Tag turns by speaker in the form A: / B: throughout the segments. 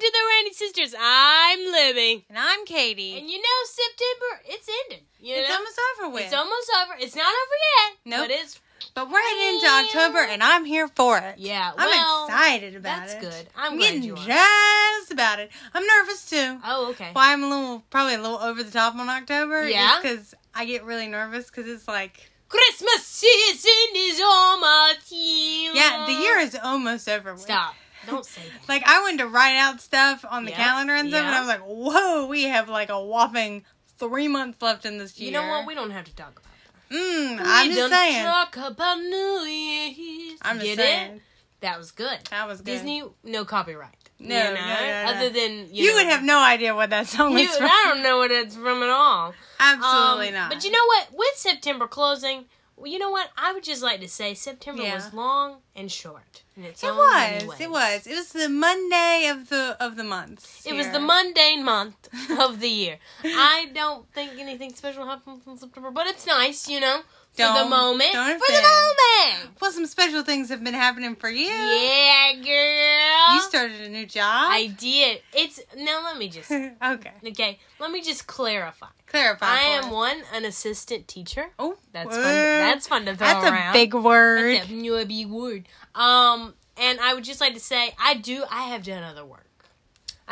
A: to the Randy Sisters. I'm Libby.
B: And I'm Katie.
A: And you know, September, it's ending. You
B: it's
A: know?
B: almost over with.
A: it's almost over. It's not over yet.
B: Nope.
A: But it's,
B: but we're heading into October and I'm here for it.
A: yeah,
B: I'm
A: well,
B: excited about
A: that's
B: it.
A: good. I'm,
B: I'm
A: glad
B: getting
A: you are.
B: jazzed about it. I'm nervous too.
A: Oh, okay.
B: Why I'm a little, probably a little over the top on October.
A: Yeah?
B: Because I get really nervous because it's like,
A: Christmas season is almost here.
B: yeah, the year is almost over with.
A: Stop. Don't say that.
B: Like I wanted to write out stuff on the
A: Yeah,
B: calendar and stuff, and
A: yeah.
B: I was like, "Whoa, we have like a whopping three months left in this year."
A: You know what? We don't have to talk about that.
B: Mm, I'm
A: we don't
B: just saying.
A: talk about New Year's.
B: I'm just
A: Get
B: saying.
A: it? That was good.
B: That was good.
A: Disney, no copyright.
B: No,
A: You know?
B: no, no, no.
A: Other than you,
B: You,
A: know,
B: would have no idea what that song
A: You,
B: was from.
A: I don't know what it's from at all.
B: Absolutely
A: Um,
B: not.
A: But you know what? With September closing, well, you know what? I would just like to say September
B: Yeah.
A: was long and short. In its
B: it
A: own
B: was.
A: many ways.
B: It was. It was the Monday of the of the month.
A: It was
B: here.
A: the mundane month of the year. I don't think anything special happens in September, but it's nice, you know, for the
B: Don't-
A: moment.
B: don't
A: for the
B: offend.
A: moment.
B: Well, some special things have been happening for you.
A: Yeah, girl.
B: You started a new job.
A: I did. It's now. Let me just.
B: okay.
A: Okay, let me just clarify.
B: Clarify.
A: I
B: for
A: am
B: us.
A: one an assistant teacher.
B: Oh,
A: That's fun.
B: whoa.
A: That's fun to throw
B: That's a
A: around.
B: big word.
A: That's a new big word. Um, and I would just like to say I do. I have done other work.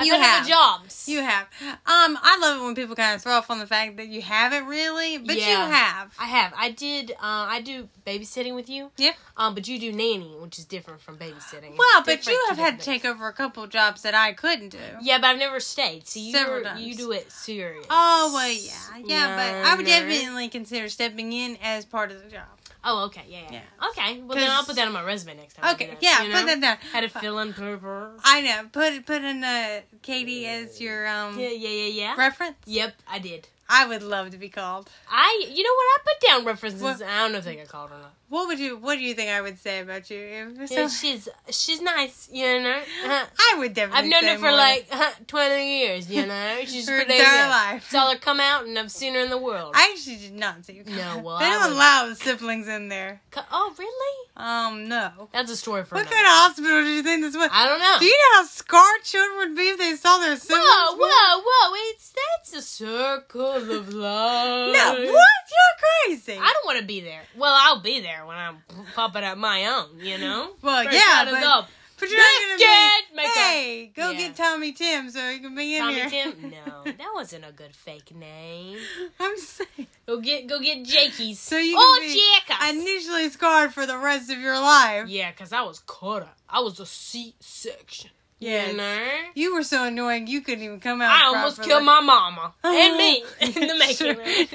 A: I've
B: You
A: done
B: have.
A: other jobs.
B: You have. Um, I love it when people kind of throw off on the fact that you haven't really, but
A: Yeah.
B: you have.
A: I have. I did. Uh, I do babysitting with you.
B: Yeah.
A: Um, but you do nannying, which is different from babysitting.
B: Well,
A: It's
B: but
A: different
B: you have
A: two
B: had to
A: different
B: take over a couple jobs that I couldn't do.
A: things. Yeah, but I've never stayed. So you
B: Several
A: were-
B: times.
A: you do it serious.
B: Oh well, yeah, yeah, but I would
A: No, no.
B: definitely consider stepping in as part of the job.
A: Oh, okay. Yeah. yeah. Okay. Well, then
B: 'Cause-
A: I'll put that on my resume next time. I do
B: Okay,
A: that,
B: yeah,
A: you
B: put
A: know?
B: that down. Uh,
A: Had a fill-in paper.
B: I know. Put put in uh, Katie as your um
A: Yeah, yeah, yeah, yeah.
B: reference.
A: Yep, I did.
B: I would love to be called.
A: I, you know what? I put down references.
B: What-
A: I don't know if they got called or not.
B: What would you? What do you think I would say about you? If
A: Yeah,
B: so-
A: she's she's nice, you know. Uh,
B: I would definitely.
A: I've known
B: say
A: her for
B: more.
A: like uh, twenty years, you know. She's
B: her
A: pretty
B: entire
A: good.
B: life.
A: Saw her come out, and I've seen her in the world.
B: I actually did not see you.
A: No, well,
B: they
A: I
B: don't
A: was-
B: allow siblings in there.
A: Co- oh, really?
B: Um, no.
A: That's a story for
B: What
A: another.
B: kind of hospital do you think this was?
A: I don't know.
B: Do you know how scarred children would be if they saw their siblings?
A: whoa, whoa, whoa! It's that's a circle of life.
B: No, what? You're crazy.
A: I don't want to be there. Well, I'll be there when I'm popping up my own, you know.
B: Well,
A: First
B: Oh, yeah,
A: out is
B: but-
A: up.
B: But you're not gonna
A: Biscuit
B: be.
A: maker.
B: Hey, go
A: Yeah.
B: get Tommy Tim so he can be in
A: Tommy
B: here.
A: Tim? No, that wasn't a good fake name.
B: I'm just saying.
A: Go get go get Jakey's.
B: So you
A: oh,
B: can be
A: Jackass.
B: initially scarred for the rest of your life.
A: Yeah, cause I was cut up. I was a C section.
B: Yes.
A: You know?
B: You were so annoying you couldn't even come out.
A: I almost
B: properly.
A: killed my mama and me in the making.
B: Sure.
A: room.
B: This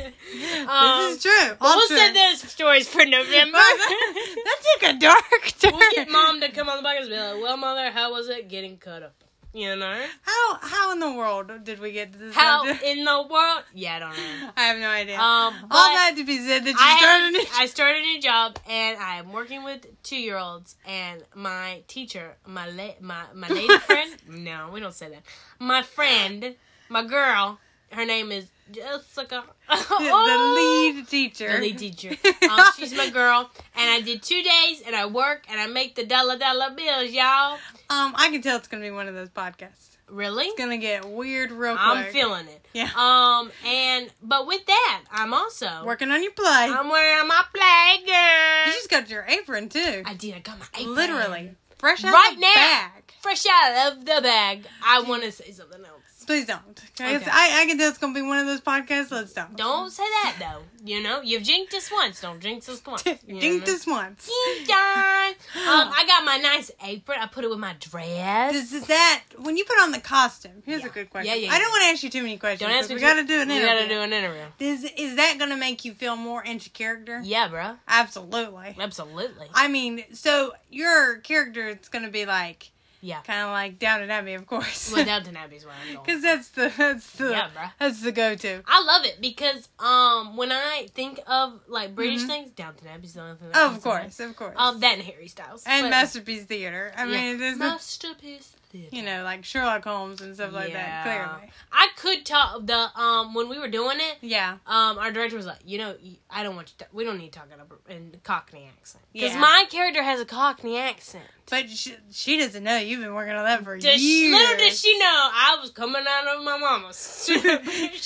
B: is true.
A: but
B: All
A: we'll
B: true.
A: send those stories for November.
B: that took a dark turn.
A: we'll get mom to come on the podcast and be like, "Well, mother, how was it getting cut up?" You know?
B: How how in the world did we get to this?
A: How
B: subject?
A: in the world? Yeah, I don't know.
B: I have no idea.
A: Um, but
B: All that to be said that you
A: I,
B: started
A: had-
B: it.
A: I started a new job and I am working with two year olds and my teacher, my la- my my lady friend. No, we don't say that. My friend, my girl, her name is Jessica.
B: the lead teacher.
A: Oh! The lead teacher. Um, she's my girl, and I did two days, and I work, and I make the dollar dollar bills, y'all.
B: Um, I can tell it's gonna be one of those podcasts.
A: Really?
B: It's gonna get weird real quick.
A: I'm feeling it.
B: Yeah.
A: Um, and but with that, I'm also
B: Working on your play.
A: I'm wearing my playgirl.
B: you just got your apron too.
A: I did. I got my apron.
B: Literally fresh out
A: Right
B: the
A: now.
B: bag.
A: Fresh out of the bag. I want to say something else.
B: Please don't. 'Cause
A: Okay.
B: I, I can tell it's gonna be one of those podcasts. Let's don't.
A: Don't say that though. You know, you've jinked us once. Don't jinx us once. You know?
B: Dink this once.
A: Ding dong. Um, I got my nice apron. I put it with my dress.
B: Does is that when you put on the costume? Here's
A: Yeah.
B: a good question.
A: Yeah, yeah,
B: I
A: yeah.
B: don't want to ask you too many questions.
A: Don't ask
B: 'cause
A: me.
B: We
A: to-
B: got to do an
A: We
B: interview.
A: gotta do an interview.
B: Is is that gonna make you feel more into character?
A: Yeah, bro.
B: Absolutely.
A: Absolutely.
B: I mean, so your character it's gonna be like
A: Yeah.
B: kind of like down and Abbey, of course,
A: Well,
B: because
A: Downton Abbey's where I'm going.
B: that's the that's the
A: Yeah, bruh.
B: that's the go-to.
A: I love it because um when I think of like British things, Downton Abbey's the only thing. that
B: Oh,
A: comes
B: Mm-hmm. of
A: to mind.
B: course, of course.
A: Um, that and Harry Styles
B: and
A: But-
B: masterpiece theater. I
A: yeah.
B: mean, there's a-
A: masterpiece. Theater.
B: you know like Sherlock Holmes and stuff like that.
A: Yeah.
B: Clearly,
A: I could talk the um when we were doing it.
B: yeah.
A: Um, our director was like, you know, you- I don't want you. To, we don't need to talk it up in Cockney accent because
B: Yeah.
A: my character has a Cockney accent.
B: But she, she doesn't know you you've been working on that for
A: Does she-
B: years.
A: little did she know I was coming out of my mama's. she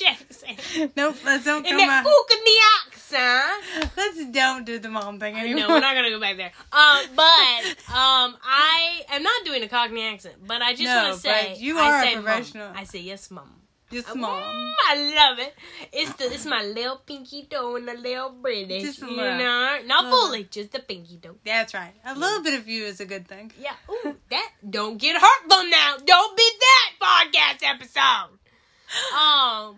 A: had to say.
B: nope, let's don't
A: And
B: come
A: that
B: out.
A: Ukaniak son.
B: Let's don't do the mom thing anymore.
A: No, we're not gonna go back there. Um, but um, I am not doing a Cockney accent, but I just
B: No,
A: want to say
B: but you
A: I
B: are a
A: say mum.
B: professional.
A: I say yes, mom.
B: Just mom.
A: Mm, I love it. It's the it's my little pinky toe and a little British.
B: Just a
A: you
B: little.
A: know, not
B: Little.
A: fully, just the pinky toe.
B: That's right. A little bit of you is a good thing.
A: Yeah. Ooh, that don't get hurt though. Now, don't be that podcast episode. Um,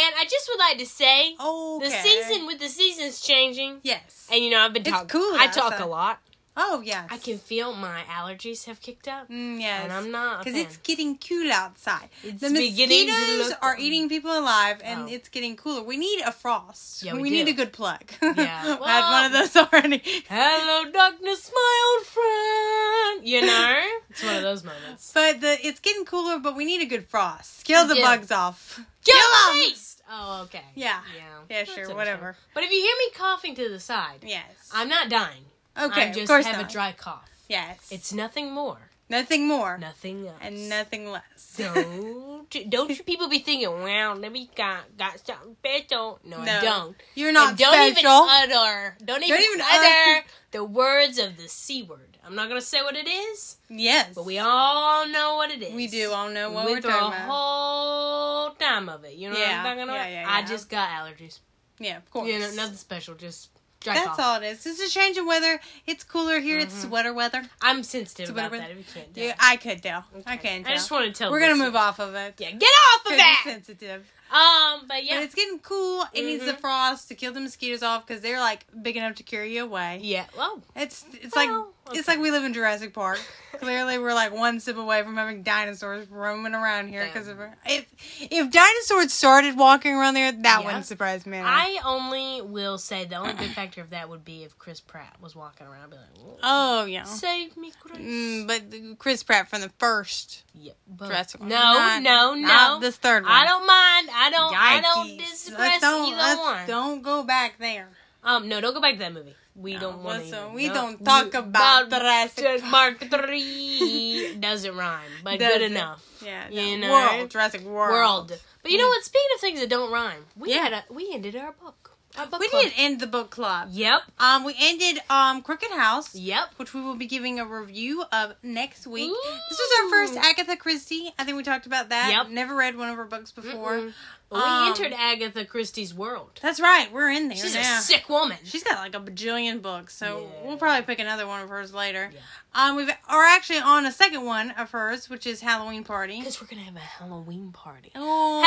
A: and I just would like to say
B: Oh,
A: the season with the seasons changing,
B: Yes.
A: and you know I've been
B: It's
A: talking.
B: cool
A: I talk
B: outside.
A: a lot.
B: Oh, yes.
A: I can feel my allergies have kicked up.
B: Mm, yes.
A: And I'm not. a
B: Because
A: fan.
B: it's getting cool outside.
A: It's
B: the
A: beginning to
B: mosquitoes
A: look-
B: are eating people alive, and
A: Oh.
B: it's getting cooler. We need a frost.
A: Yeah, we
B: need
A: do.
B: a good plug.
A: Yeah.
B: I had one of those already.
A: Hello, darkness, my old friend. You know? It's one of those moments.
B: But the it's getting cooler, but we need a good frost. Kill the
A: Yeah.
B: bugs off.
A: Kill
B: Kill 'em!
A: the beast! Oh, okay.
B: Yeah.
A: Yeah.
B: Yeah,
A: That's
B: sure,
A: understandable.
B: whatever.
A: But if you hear me coughing to the side,
B: Yes.
A: I'm not dying.
B: okay.
A: I just
B: of course
A: have
B: not.
A: a dry cough.
B: Yes.
A: It's nothing more,
B: nothing more
A: nothing else.
B: and nothing less.
A: Don't, don't you people be thinking, well, let me got, got something special. No, I
B: No.
A: don't.
B: You're not
A: And don't even
B: special.
A: utter. Don't even,
B: even
A: utter
B: utter-
A: the words of the c word. I'm not gonna say what it is,
B: yes.
A: but we all know what it is.
B: We do all know what
A: we
B: we're
A: through
B: talking
A: a
B: about.
A: whole time of it. You know
B: Yeah,
A: what I'm talking about?
B: yeah, yeah,
A: I
B: yeah.
A: just got allergies.
B: yeah, of course.
A: You know, nothing special. Just dry
B: That's
A: cough.
B: all it is. It's a change of weather. It's cooler here. It's
A: Mhm.
B: sweater weather.
A: I'm sensitive
B: So
A: about
B: whatever-
A: that. If you can't,
B: Yeah,
A: tell.
B: I could tell. I
A: Okay.
B: can tell.
A: I just want to tell.
B: We're gonna
A: listeners.
B: move off of it.
A: Yeah, get off of
B: Because
A: that.
B: it's sensitive.
A: Um, but
B: But
A: yeah,
B: it's getting cool. It needs the
A: Mhm.
B: frost to kill the mosquitoes off because they're like big enough to carry you away.
A: yeah. Well,
B: It's it's like
A: Well,
B: it's
A: okay.
B: like we live in Jurassic Park. Clearly, we're like one sip away from having dinosaurs roaming around here because of if if dinosaurs started walking around there, that
A: Yeah.
B: wouldn't surprise me. at all.
A: I only will say the only good factor of that would be if Chris Pratt was walking around, I'd be like, "Oh,
B: oh yeah,
A: save me, Chris."
B: mm, but the- Chris Pratt from the first
A: Yeah, but
B: Jurassic
A: no,
B: one, not-
A: no, no.
B: not this third one.
A: I don't mind. I don't. I
B: Yikes.
A: don't
B: Let's
A: discuss
B: don't,
A: either
B: let's
A: one.
B: Don't go back there.
A: Um, no, don't go back to that movie. We
B: No,
A: don't want to.
B: listen, we don't talk about Jurassic
A: Park three. Doesn't rhyme, but good
B: Doesn't.
A: enough.
B: Yeah,
A: You
B: no.
A: know?
B: world Jurassic World.
A: World. But you know what? Speaking of things that don't rhyme, we
B: Yeah.
A: had a, we ended our book. Our book
B: We
A: club.
B: did end the book club.
A: Yep.
B: Um, we ended um Crooked House.
A: Yep.
B: which we will be giving a review of next week. This was our first Agatha Christie. I think we talked about that.
A: Yep.
B: Never read one of her books before.
A: Mm-mm. Well,
B: Um,
A: we entered Agatha Christie's world.
B: That's right. We're in there
A: She's
B: now.
A: a sick woman.
B: She's got like a bajillion books, so
A: Yeah.
B: we'll probably pick another one of hers later.
A: Yeah.
B: Um, we've are actually on a second one of hers, which is Halloween Party.
A: Because we're gonna have a Halloween party.
B: Oh,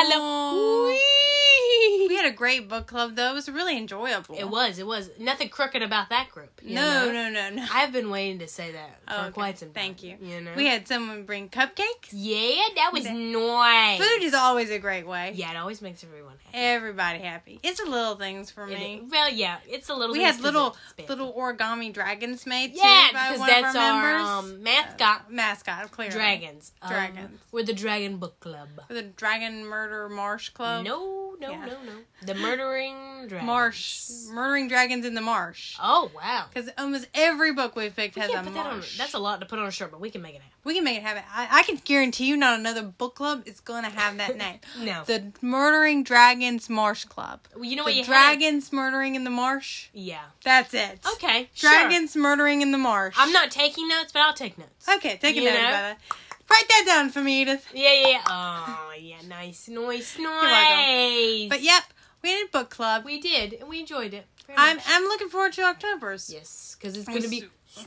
A: Halloween.
B: We had a great book club though. It was really enjoyable.
A: It was. It was nothing crooked about that group. you
B: No,
A: know?
B: no, no, no.
A: I've been waiting to say that for
B: Oh, okay.
A: quite some time.
B: Thank you.
A: You know.
B: We had someone bring cupcakes.
A: yeah, that was
B: That-
A: nice.
B: Food is always a great way.
A: Yeah, it always makes everyone happy.
B: everybody happy. It's the little things for
A: It-
B: me.
A: well, yeah, it's a little.
B: We
A: things
B: had
A: 'cause
B: little
A: it's bad.
B: little origami dragons made too
A: Yeah,
B: by
A: because
B: one
A: that's
B: of our,
A: our,
B: members. Uh,
A: um, mascot
B: mascot, clearly.
A: dragons. Um,
B: Dragons.
A: We're the Dragon Book Club.
B: For the Dragon Murder Marsh Club.
A: no, no,
B: yeah.
A: no, no. The murdering dragon.
B: Marsh. Murdering dragons in the marsh.
A: Oh wow.
B: Because almost every book we've picked
A: We
B: has
A: can't
B: a
A: put that on.
B: marsh.
A: That's a lot to put on a shirt, but we can make it happen.
B: We can make it happen. I, I can guarantee you not another book club is going to have that name.
A: No.
B: The Murdering Dragons Marsh Club.
A: Well, you know
B: the
A: what you had?
B: dragons murdering in the marsh.
A: Yeah.
B: That's it.
A: Okay. Sure.
B: Dragons murdering in the marsh.
A: I'm not taking notes, but I'll take notes.
B: Okay, take a
A: You
B: note
A: know?
B: about that. Write that down for me, Edith.
A: Yeah, yeah, yeah. Oh, yeah. Nice, nice, nice.
B: welcome. But yep, we did book club.
A: we did, and we enjoyed it. very
B: I'm
A: much.
B: I'm looking forward to October's
A: yes, because it's
B: I'm
A: gonna be
B: su-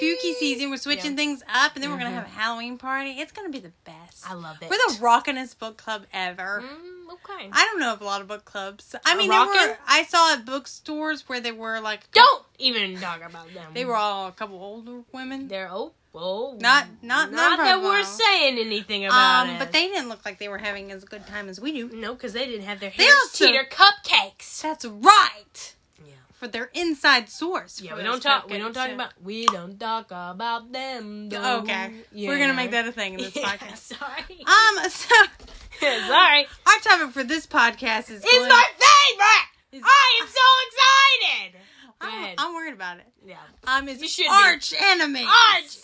B: spooky season. We're switching
A: Yeah.
B: things up, and then we're gonna
A: Mhm.
B: have a Halloween party. It's gonna be the best.
A: I love it.
B: We're the rockinest book club ever.
A: Mm, okay.
B: I don't know of a lot of book clubs. I
A: Are
B: mean, there were.
A: rockin'?
B: I saw at bookstores where they were like
A: Don't even talk about them.
B: they were all a couple older women.
A: They're oh, oh,
B: Not- not- not
A: not that we're
B: profile.
A: saying anything about
B: Um,
A: it.
B: but they didn't look like they were having as good time as we do.
A: no, because they didn't have their
B: They
A: hands
B: also-
A: to their cupcakes.
B: That's right.
A: Yeah.
B: For their inside source.
A: Yeah,
B: for
A: we
B: those
A: don't talk. We
B: cupcakes,
A: don't talk
B: so-
A: about. We don't talk about them. Though.
B: Okay,
A: You
B: we're gonna
A: know?
B: make that a thing in this
A: Yeah,
B: podcast.
A: Sorry.
B: Um, so
A: Sorry.
B: our topic for this podcast is
A: It's
B: going-
A: my favorite.
B: is-
A: I am so excited.
B: I'm,
A: ahead.
B: I'm worried about it.
A: Yeah.
B: I'm his
A: You should be.
B: Um, arch enemy.
A: Arch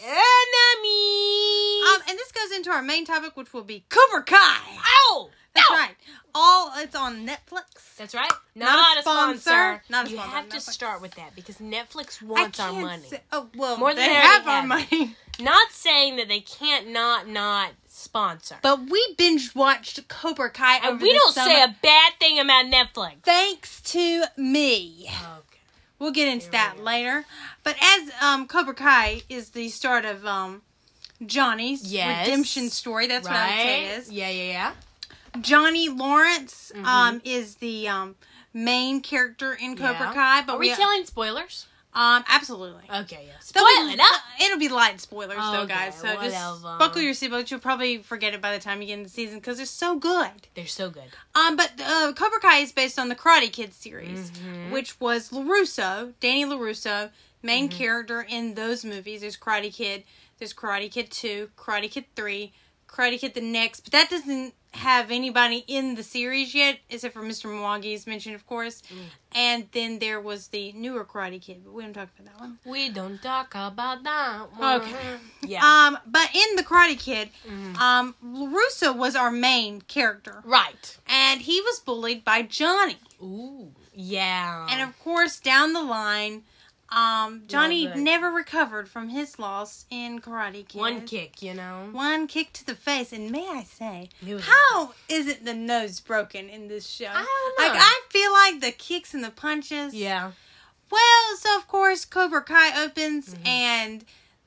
A: enemy.
B: Um, and this goes into our main topic, which will be Cobra Kai.
A: oh,
B: That's
A: no.
B: right. All it's on Netflix.
A: That's right. Not,
B: Not a
A: a sponsor.
B: sponsor. Not a
A: you
B: sponsor,
A: have to
B: Netflix.
A: start with that because Netflix wants
B: I
A: our
B: can't
A: money.
B: say- oh well,
A: More
B: they
A: than they
B: have our
A: already
B: money.
A: Not saying that they can't not not sponsor.
B: But we binge watched Cobra Kai, over
A: and we
B: the
A: don't
B: summer,
A: say a bad thing about Netflix.
B: thanks to me.
A: Okay.
B: We'll get into
A: Here we
B: that
A: go.
B: later. But as um, Cobra Kai is the start of um, Johnny's
A: Yes.
B: redemption story. That's
A: right? Mm-hmm.
B: what I would say it is.
A: Yeah, yeah, yeah.
B: Johnny Lawrence um, is the um, main character in Cobra
A: Yeah.
B: Kai. But
A: Are we telling spoilers?
B: Um, absolutely.
A: Okay, yeah. Spoil
B: There'll be-
A: it up.
B: It'll be light spoilers though,
A: Okay,
B: guys. So just
A: whatever.
B: buckle your seatbelts. You'll probably forget it by the time you get in the season because they're so good.
A: They're so good.
B: Um, but uh, Cobra Kai is based on the Karate Kid series,
A: Mhm.
B: which was Larusso, Danny Larusso, main
A: Mm-hmm.
B: character in those movies. There's Karate Kid, there's Karate Kid Two, Karate Kid Three, Karate Kid the next, but that doesn't have anybody in the series yet, except for Mr. Miyagi's mentioned, of course.
A: Mm.
B: And then there was the newer Karate Kid, but we don't talk about that one.
A: We don't talk about that. one.
B: Okay.
A: Yeah. Mm-hmm.
B: Um, but in the Karate Kid, um, Larusso was our main character,
A: right.
B: and he was bullied by Johnny.
A: Ooh. Yeah.
B: And of course, down the line, um, Johnny
A: good.
B: never recovered from his loss in Karate Kid.
A: one kick, you know.
B: One kick to the face, and may I say,
A: It was-
B: how isn't the nose broken in this show?
A: I don't know.
B: Like I feel like the kicks and the punches.
A: Yeah.
B: Well, so of course Cobra Kai opens
A: Mm-hmm.
B: and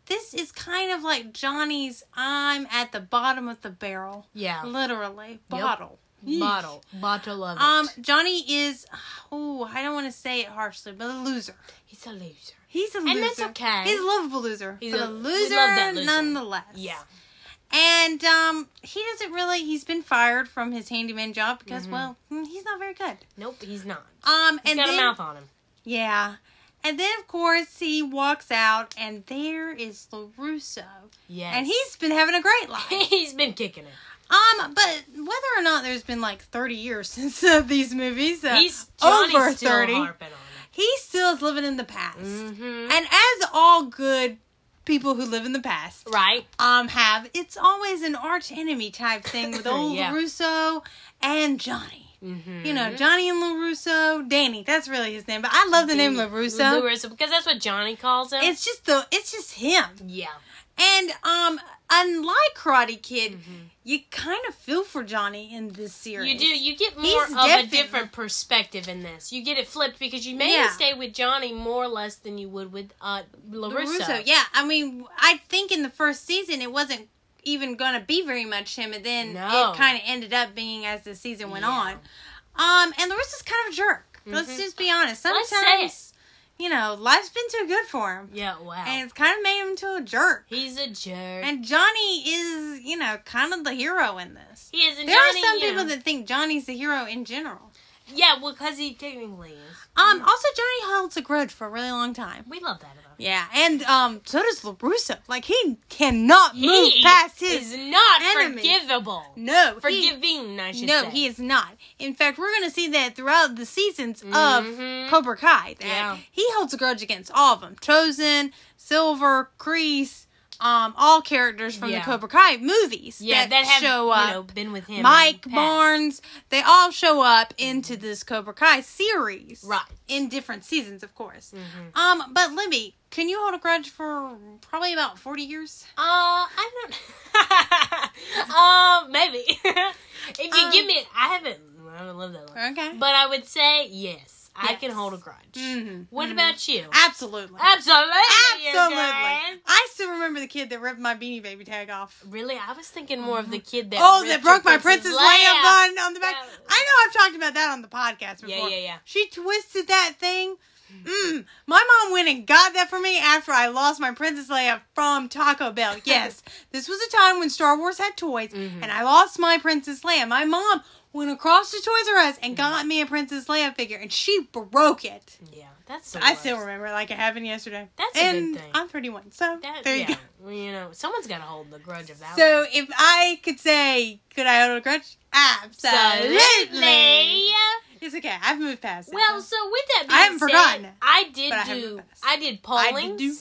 B: this is kind of like Johnny's I'm at the bottom of the barrel.
A: Yeah.
B: Literally. Bottle. Yeesh.
A: Bottle. Bottle of it.
B: Um Johnny is oh, I don't want to say it harshly, but a loser.
A: He's a loser.
B: He's a
A: And
B: loser.
A: that's okay.
B: He's a lovable loser.
A: He's
B: but
A: a-
B: a
A: we love
B: loser,
A: that loser.
B: nonetheless.
A: Yeah.
B: And um he doesn't really he's been fired from his handyman job because well, mm, he's not very good.
A: Nope, he's not.
B: Um
A: Mm-hmm. He's
B: and
A: got
B: then,
A: a mouth on him.
B: yeah. And then, of course, he walks out, and there is LaRusso.
A: Yes.
B: And he's been having a great life.
A: he's been kicking it.
B: Um, but whether or not there's been like 30 years since uh, these movies, uh,
A: He's Johnny's
B: over
A: still
B: 30,
A: harping
B: he still is living in the past.
A: on it. Mm-hmm.
B: And as all good people who live in the past
A: Right.
B: um have, it's always an arch enemy type thing with old
A: Yeah.
B: LaRusso and Johnny.
A: Mm-hmm.
B: You know, Johnny and LaRusso, Danny, that's really his name, but I love the name LaRusso.
A: LaRusso, because that's what Johnny calls him.
B: It's just the it's just him.
A: yeah.
B: And um unlike Karate Kid,
A: Mhm.
B: you kind of feel for Johnny in this series.
A: You do. You get more of a
B: definitely-
A: different perspective in this. You get it flipped because you may
B: Yeah.
A: stay with Johnny more or less than you would with uh, LaRusso.
B: LaRusso, yeah. I mean, I think in the first season it wasn't even going to be very much him and then
A: No.
B: it kind of ended up being as the season went
A: Yeah.
B: on. Um and LaRusso's kind of a jerk. Let's
A: Mhm.
B: just be honest.
A: Let's say
B: Sometimes you know, life's been too good for him.
A: Yeah, wow.
B: And it's kind of made him to a jerk.
A: He's a jerk.
B: And Johnny is, you know, kind of the hero in this.
A: he is. And
B: There
A: Johnny,
B: are some
A: you
B: people
A: know-
B: that think Johnny's the hero in general.
A: Yeah, well, because he technically is.
B: Um, also Johnny holds a grudge for a really long time.
A: We love that about him.
B: Yeah, and um, so does Larusso. Like he cannot move
A: He
B: past his.
A: is not
B: enemies.
A: forgivable.
B: no, he,
A: Forgiving, I should
B: no,
A: say.
B: he is not. In fact, we're going to see that throughout the seasons
A: Mhm.
B: of Cobra Kai. That
A: Yeah.
B: he holds a grudge against all of them: Chosen, Silver, Crease, um, all characters from
A: Yeah.
B: the Cobra Kai movies.
A: yeah, that, have
B: show
A: you
B: up.
A: know, been with him.
B: Mike
A: in the past.
B: Barnes, they all show up into this Cobra Kai series.
A: Mm-hmm. Right.
B: In different seasons, of course.
A: Mhm.
B: Um, but Libby, can you hold a grudge for probably about 40 years?
A: Uh, I don't. uh, maybe. if you
B: Um,
A: give me, I haven't. I haven't lived that long.
B: Okay.
A: But I would say yes, I can
B: Yes.
A: hold a grudge.
B: Mhm.
A: What
B: Mhm.
A: about you?
B: Absolutely.
A: Mm-hmm. Absolutely. you
B: Absolutely.
A: guys.
B: I still remember the kid that ripped my Beanie Baby tag off.
A: Really, I was thinking more of the kid that.
B: oh, that
A: ripped
B: broke
A: your
B: my Princess Leia bun on the back.
A: Yeah.
B: I know I've talked about that on the podcast
A: Yeah,
B: before.
A: yeah, yeah.
B: She twisted that thing. Mm. My mom went and got that for me after I lost my Princess Leia from Taco Bell. Yes, this was a time when Star Wars had toys,
A: Mhm.
B: and I lost my Princess Leia. My mom went across to Toys R Us
A: Mm-hmm.
B: and got me a Princess Leia figure, and she broke it.
A: Yeah, that's. the
B: I still
A: worst.
B: remember it like it happened yesterday.
A: That's a good
B: and
A: thing.
B: I'm 31, so
A: That,
B: there you
A: yeah,
B: go.
A: Well, you know, someone's got to hold the grudge of that.
B: So
A: one.
B: if I could say, could I hold a grudge? Absolutely.
A: absolutely.
B: It's okay. I've moved past it.
A: Well, so with that being
B: I haven't
A: said,
B: forgotten it,
A: I did
B: but I haven't
A: do
B: passed.
A: I, did
B: I
A: pollings.
B: did do.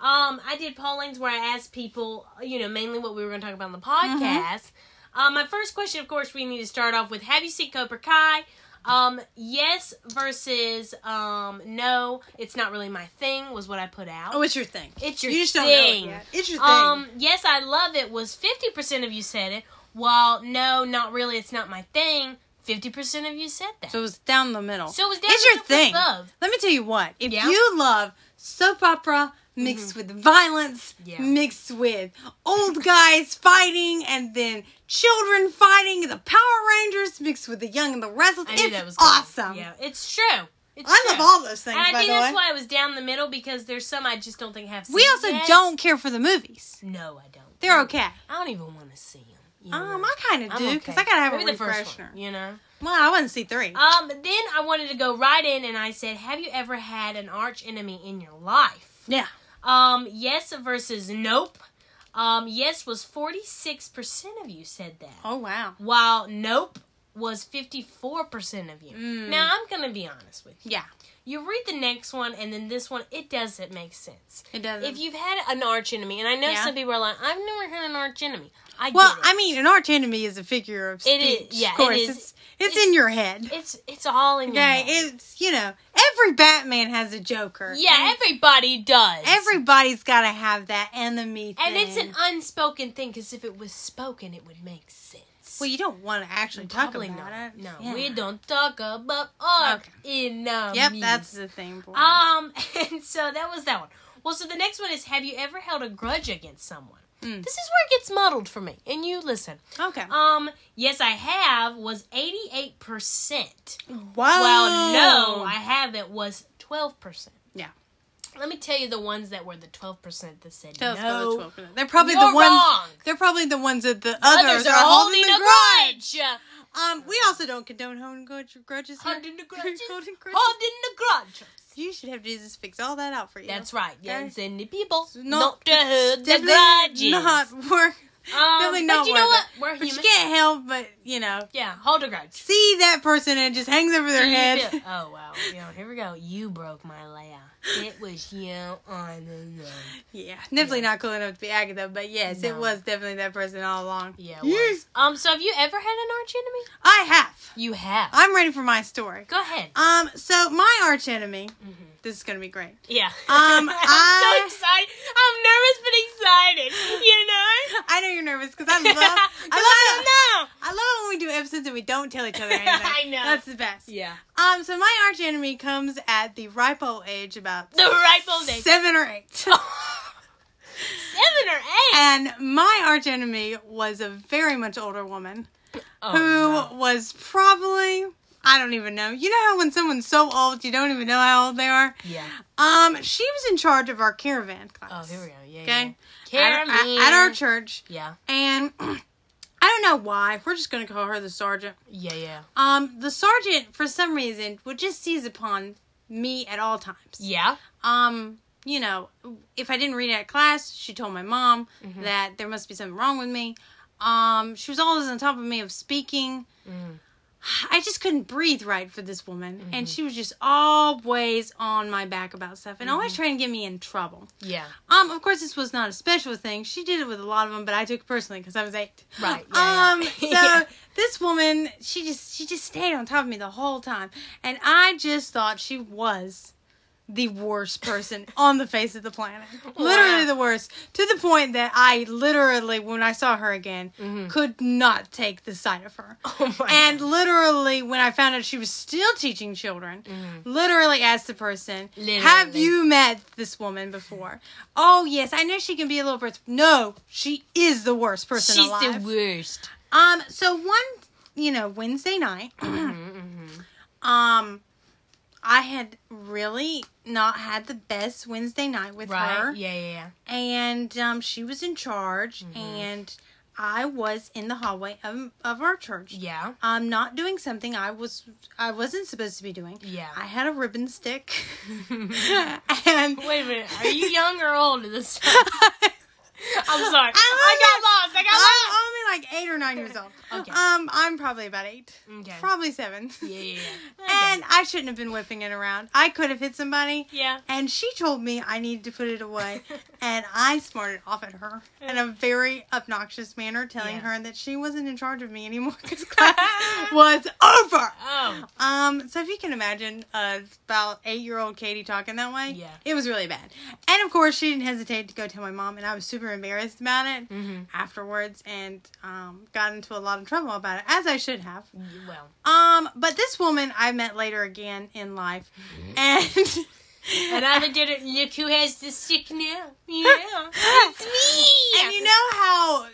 A: Um, I did pollings where I asked people, you know, mainly what we were going to talk about on the podcast.
B: Mm-hmm.
A: Um, my first question, of course, we need to start off with: Have you seen Cobra Kai? Um, yes versus um, no. It's not really my thing. Was what I put out.
B: oh, it's your thing.
A: It's your
B: you just
A: thing.
B: don't know it yet. It's your thing.
A: Um, yes, I love it was 50% of you said it, while no, not really, it's not my thing, 50% of you said that.
B: so it was down the middle.
A: So it was
B: it's your
A: definitely
B: thing.
A: above.
B: Let me tell you what. If
A: Yeah?
B: you love soap opera mixed with violence,
A: Mm-hmm. Yeah.
B: mixed with old guys fighting, and then children fighting, the Power Rangers mixed with the young and the restless,
A: I knew
B: it's
A: that was good.
B: awesome.
A: Yeah, it's true. It's
B: I love
A: true.
B: all those things.
A: And I
B: by
A: think
B: the way,
A: that's why I was down the middle because there's some I just don't think have seen
B: we also
A: yet.
B: don't care for the movies.
A: No, I don't.
B: They're okay.
A: I don't even want to see them. You know?
B: Um, I kind of
A: I'm
B: do because
A: okay.
B: I gotta have
A: Maybe
B: a
A: the first
B: refresher.
A: one, you know.
B: Well, I want to see three.
A: Um, then I wanted to go right in, and I said, "Have you ever had an arch enemy in your life?"
B: yeah,
A: Um, yes versus nope. Um, yes was 46% of you said that.
B: Oh wow.
A: While nope was 54% of you.
B: Mm.
A: Now, I'm going to be honest with you.
B: Yeah,
A: You read the next one and then this one, it doesn't make sense.
B: it doesn't.
A: If you've had an arch enemy, and I know
B: Mm. Yeah.
A: some people are like, I've never had an arch enemy. I
B: well,
A: get it.
B: I mean, an arch enemy is a figure of
A: It
B: speech.
A: is- yeah,
B: of course,
A: it is.
B: it's it's in your head.
A: It's it's all in your
B: Okay,
A: head.
B: it's you know every Batman has a Joker.
A: Yeah,
B: And
A: everybody does.
B: everybody's got to have that enemy.
A: and it's
B: thing.
A: an unspoken thing because if it was spoken, it would make sense.
B: well, you don't want to actually talk
A: Probably
B: about
A: not.
B: it.
A: No,
B: Yeah.
A: we don't talk about art in the
B: Yep,
A: media.
B: that's the thing. Boy.
A: um. And so that was that one. Well, so the next one is: Have you ever held a grudge against someone?
B: Mm.
A: This is where it gets muddled for me. And you listen.
B: okay.
A: Um. Yes, I have. Was eighty eight percent.
B: wow.
A: Well, no, I haven't. Was twelve percent.
B: Oh. Yeah.
A: Let me tell you the ones that were the twelve percent that said
B: Those
A: no.
B: go to 12%. They're probably the
A: You're
B: ones.
A: wrong.
B: They're probably the ones that the
A: Others,
B: others,
A: are, holding,
B: the
A: a grudge.
B: Um, we also don't condone holding grudge, grudges. here.
A: Holding the grudges.
B: holding grudges.
A: Holding the grudge.
B: You should have Jesus fix all that out for you.
A: That's right.
B: Yeah.
A: And send the people
B: It's
A: not, to hold the
B: definitely
A: grudges.
B: Not work.
A: Um,
B: definitely
A: but
B: not
A: you know
B: worth
A: what? We're
B: But you
A: human.
B: can't help but you know
A: Yeah, hold a grudge.
B: see that person and it just hangs over their
A: You
B: head.
A: feel- oh wow! You know, here we go. You broke my layout. It was you on the road.
B: yeah, definitely not cool enough to be Agatha, but yes, it
A: No.
B: was definitely that person all along.
A: Yeah. It
B: Yeah.
A: was. Um. So have you ever had an arch enemy?
B: I have.
A: You have.
B: I'm ready for my story.
A: go ahead.
B: Um, so my arch enemy.
A: Mhm.
B: This is gonna be great.
A: Yeah.
B: Um,
A: I'm
B: I-
A: so excited. I'm nervous but excited. You know.
B: I know you're nervous because I love.
A: 'Cause
B: I love.
A: I
B: I love when we do episodes and we don't tell each other anything.
A: I know.
B: That's the best.
A: don't know. Yeah.
B: Um, so my arch enemy comes at the ripe old age about
A: The ripe old age.
B: seven or eight.
A: Seven or eight.
B: and my arch enemy was a very much older woman
A: Oh,
B: who
A: no.
B: was probably I don't even know. You know how when someone's so old you don't even know how old they are?
A: Yeah.
B: Um, she was in charge of our caravan
A: Oh,
B: class.
A: here we go. Yeah.
B: Okay.
A: Yeah.
B: At, at-
A: Caravan.
B: at our church.
A: Yeah.
B: And I don't know why. We're just gonna call her the sergeant.
A: Yeah. Yeah.
B: Um, the sergeant, for some reason, would just seize upon me at all times.
A: Yeah.
B: Um, you know, if I didn't read at class, she told my mom that there must be something wrong with me. Um, she was always on top of me of speaking.
A: Mm.
B: I just couldn't breathe right for this woman, and she was just always on my back about stuff and always trying to get me in trouble.
A: Yeah.
B: Um, of course, this was not a special thing. She did it with a lot of them, but I took it personally because I was eight.
A: Right, yeah,
B: um.
A: yeah.
B: so
A: Yeah.
B: this woman, she just she just stayed on top of me the whole time, and I just thought she was the worst person on the face of the planet. Literally the worst. To the point that I literally, when I saw her again,
A: Mm-hmm. Hmm.
B: could not take the sight of her.
A: Oh my.
B: And literally, when I found out she was still teaching children,
A: Hmm.
B: literally asked the person, "Have
A: Mm-hmm. Literally.
B: you met this woman before?" Oh yes, I know she can be a little bit. No, she is the worst person
A: She's
B: alive.
A: the worst.
B: um, so one, you know, Wednesday night,
A: Mm-hmm,
B: um, I had really not had the best Wednesday night with
A: Right.
B: her
A: Yeah. Mm-hmm. Yeah. Yeah.
B: and um, she was in charge, and I was in the hallway of, of our church.
A: Yeah.
B: I'm not doing something I was I wasn't supposed to be doing.
A: Yeah.
B: I had a ribbon stick, and
A: Wait a minute. Are you young or old at this time? I'm sorry. I,
B: I
A: got lost. I got
B: I'm
A: lost.
B: only like eight or or nine years old.
A: Okay.
B: Um, I'm probably about eight.
A: Okay.
B: Probably seven.
A: yeah, yeah, yeah. Okay.
B: And I shouldn't have been whipping it around. I could have hit somebody.
A: yeah.
B: And she told me I needed to put it away. and I smarted off at her in a very obnoxious manner, telling
A: Yeah.
B: her that she wasn't in charge of me anymore because class was over.
A: Oh,
B: Um, so if you can imagine uh, about eight year old Katie talking that way,
A: Yeah.
B: it was really bad. And of course, she didn't hesitate to go tell my mom, and I was super embarrassed about it
A: Mhm.
B: afterwards, and um, got into a lot of trouble about it, as I should have.
A: well.
B: Um, but this woman I met later again in life, and
A: And I looked at it. Look who has the sick now. Yeah, it's me.
B: And you know how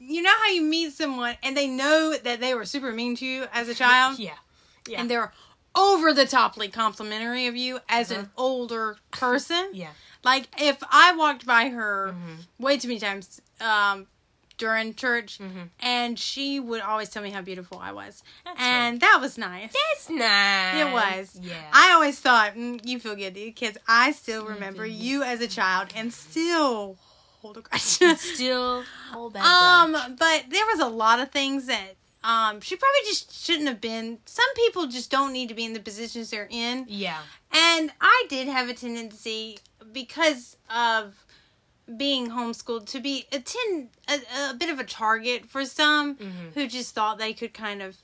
B: you know how you meet someone and they know that they were super mean to you as a child
A: yeah, yeah,
B: and they're over the toply complimentary of you as an older person.
A: Uh-huh. yeah.
B: Like if I walked by her
A: Mm-hmm.
B: way too many times um during church and she would always tell me how beautiful I was.
A: Mm-hmm. That's
B: and that was nice.
A: That's nice.
B: It was.
A: Yeah.
B: I always thought, mm, you feel guilty because I still remember
A: feel
B: you as a child and still hold a grudge.
A: still hold back.
B: Um, but there was a lot of things that um she probably just shouldn't have been. Some people just don't need to be in the positions they're in.
A: yeah.
B: And I did have a tendency because of being homeschooled to be a ten a, a bit of a target for some
A: Mm-hmm.
B: who just thought they could kind of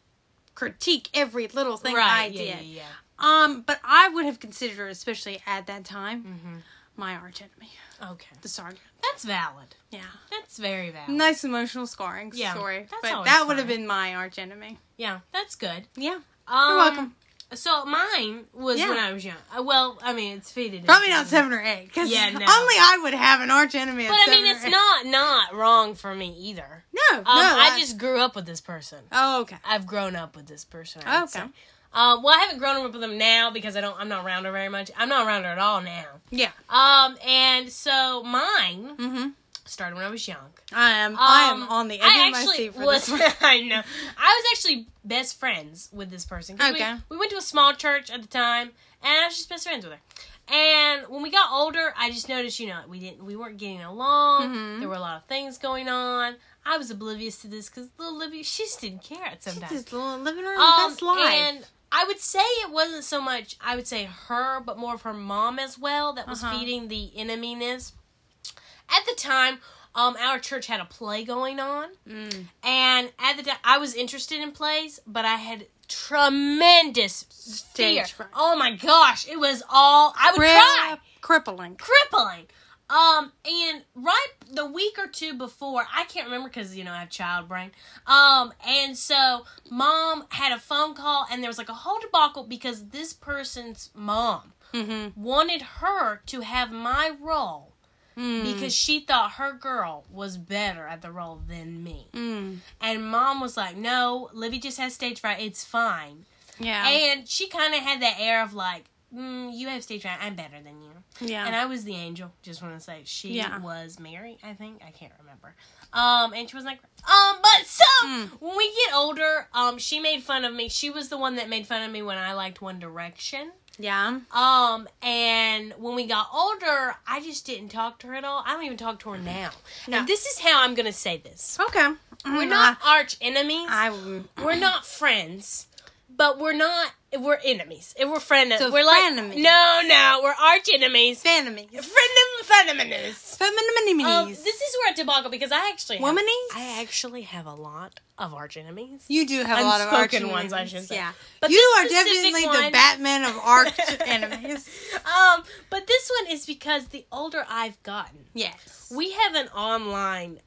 B: critique every little thing I
A: Right.
B: did.
A: yeah, yeah,
B: Um, but I would have considered, especially at that time, my arch enemy,
A: yeah. Mm-hmm. Okay.
B: the sergeant.
A: That's valid.
B: Yeah.
A: That's very valid.
B: Nice emotional scarring
A: Yeah,
B: story.
A: that's
B: But
A: always
B: that would have
A: fun.
B: been my arch enemy.
A: Yeah, that's good.
B: Yeah.
A: Um,
B: You're welcome.
A: So mine was
B: Yeah.
A: when I was young. Uh, Well, I mean, it's faded.
B: Probably not seven or eight. Because
A: Yeah, no.
B: only I would have an arch enemy.
A: But I mean, it's not not wrong for me either.
B: No,
A: Um,
B: no.
A: I just grew up with this person.
B: Oh, okay.
A: I've grown up with this person. I would
B: Oh, Okay.
A: say. Uh, well, I haven't grown up with them now because I don't. I'm not around her very much. I'm not around her at all now.
B: Yeah.
A: Um, and so mine
B: Mm-hmm.
A: started when I was young.
B: I am. I am
A: Um,
B: on the edge
A: I
B: of my
A: actually
B: seat for
A: was,
B: this one.
A: I know. I was actually best friends with this person. 'cause
B: Okay.
A: We, we went to a small church at the time, and I was just best friends with her. And when we got older, I just noticed, you know, we didn't, we weren't getting along.
B: Mhm.
A: There were a lot of things going on. I was oblivious to this because little Libby, she just didn't care at
B: She's
A: sometimes.
B: just li- living her
A: Um,
B: best life.
A: And I would say it wasn't so much, I would say her, but more of her mom as well that was
B: Uh-huh.
A: feeding the eneminess. At the time, um, our church had a play going on,
B: Mm.
A: and at the time, I was interested in plays, but I had tremendous fear.
B: Stage fright.
A: Oh my gosh, it was all I would cry,
B: Crip- Crippling.
A: crippling. Um, and right the week or two before, I can't remember because you know I have child brain. Um, and so mom had a phone call, and there was like a whole debacle because this person's mom
B: Mm-hmm.
A: wanted her to have my role
B: Mm.
A: because she thought her girl was better at the role than me.
B: Mm.
A: And mom was like, No, Livy just has stage fright. It's fine.
B: Yeah.
A: And she kind of had that air of like, mm, You have stage fright. I'm better than you.
B: yeah.
A: And I was the angel. Just want to say, she
B: Oh. Yeah.
A: was Mary, I think. I can't remember. Um, and she was like, um, but so
B: Mm.
A: when we get older, um, she made fun of me. She was the one that made fun of me when I liked One Direction.
B: yeah.
A: Um, and when we got older, I just didn't talk to her at all. I don't even talk to her now.
B: Mm-hmm. No.
A: And this is how I'm gonna say this:
B: Okay.
A: we're
B: Mm,
A: not arch enemies.
B: I, I would-
A: we're not friends, but we're not. We're enemies. And We're friend.
B: So
A: we're like
B: frenemies.
A: no, no. We're arch enemies.
B: Feminine.
A: Friend enemies.
B: Feminine.
A: Um, this is where I debacle because I actually have-
B: Oh, Womanies?
A: I actually have a lot of arch enemies.
B: You do have a lot of arch
A: Unspoken ones, I
B: enemies,
A: should say.
B: Yeah,
A: But
B: you
A: this
B: are
A: specific
B: definitely the
A: one-
B: Batman of arch enemies.
A: Um, but this one is because the older I've gotten,
B: Yes,
A: we have an online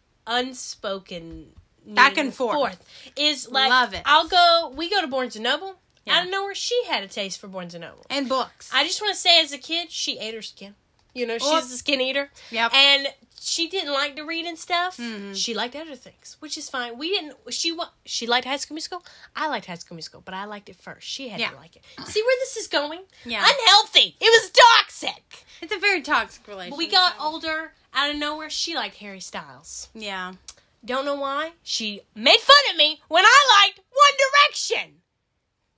A: unspoken
B: Back and
A: meeting
B: forth.
A: is like
B: Love it.
A: I'll go. We go to Barnes and Noble.
B: Yeah.
A: I don't know where she had a taste for Barnes and Noble.
B: and books.
A: I just want to say, as a kid, she ate her skin. You know, she
B: Oh.
A: was a skin eater,
B: yep.
A: and she didn't like to read and stuff.
B: Mhm.
A: She liked other things, which is fine. We didn't. She wa- she liked High School Musical. I liked High School Musical, but I liked it first. She had
B: Yeah.
A: to like it. See where this is going?
B: yeah,
A: Unhealthy. It was toxic.
B: it's a very toxic relationship.
A: But we got older. Out of nowhere, she liked Harry Styles.
B: Yeah,
A: Don't know why. She made fun of me when I liked One Direction.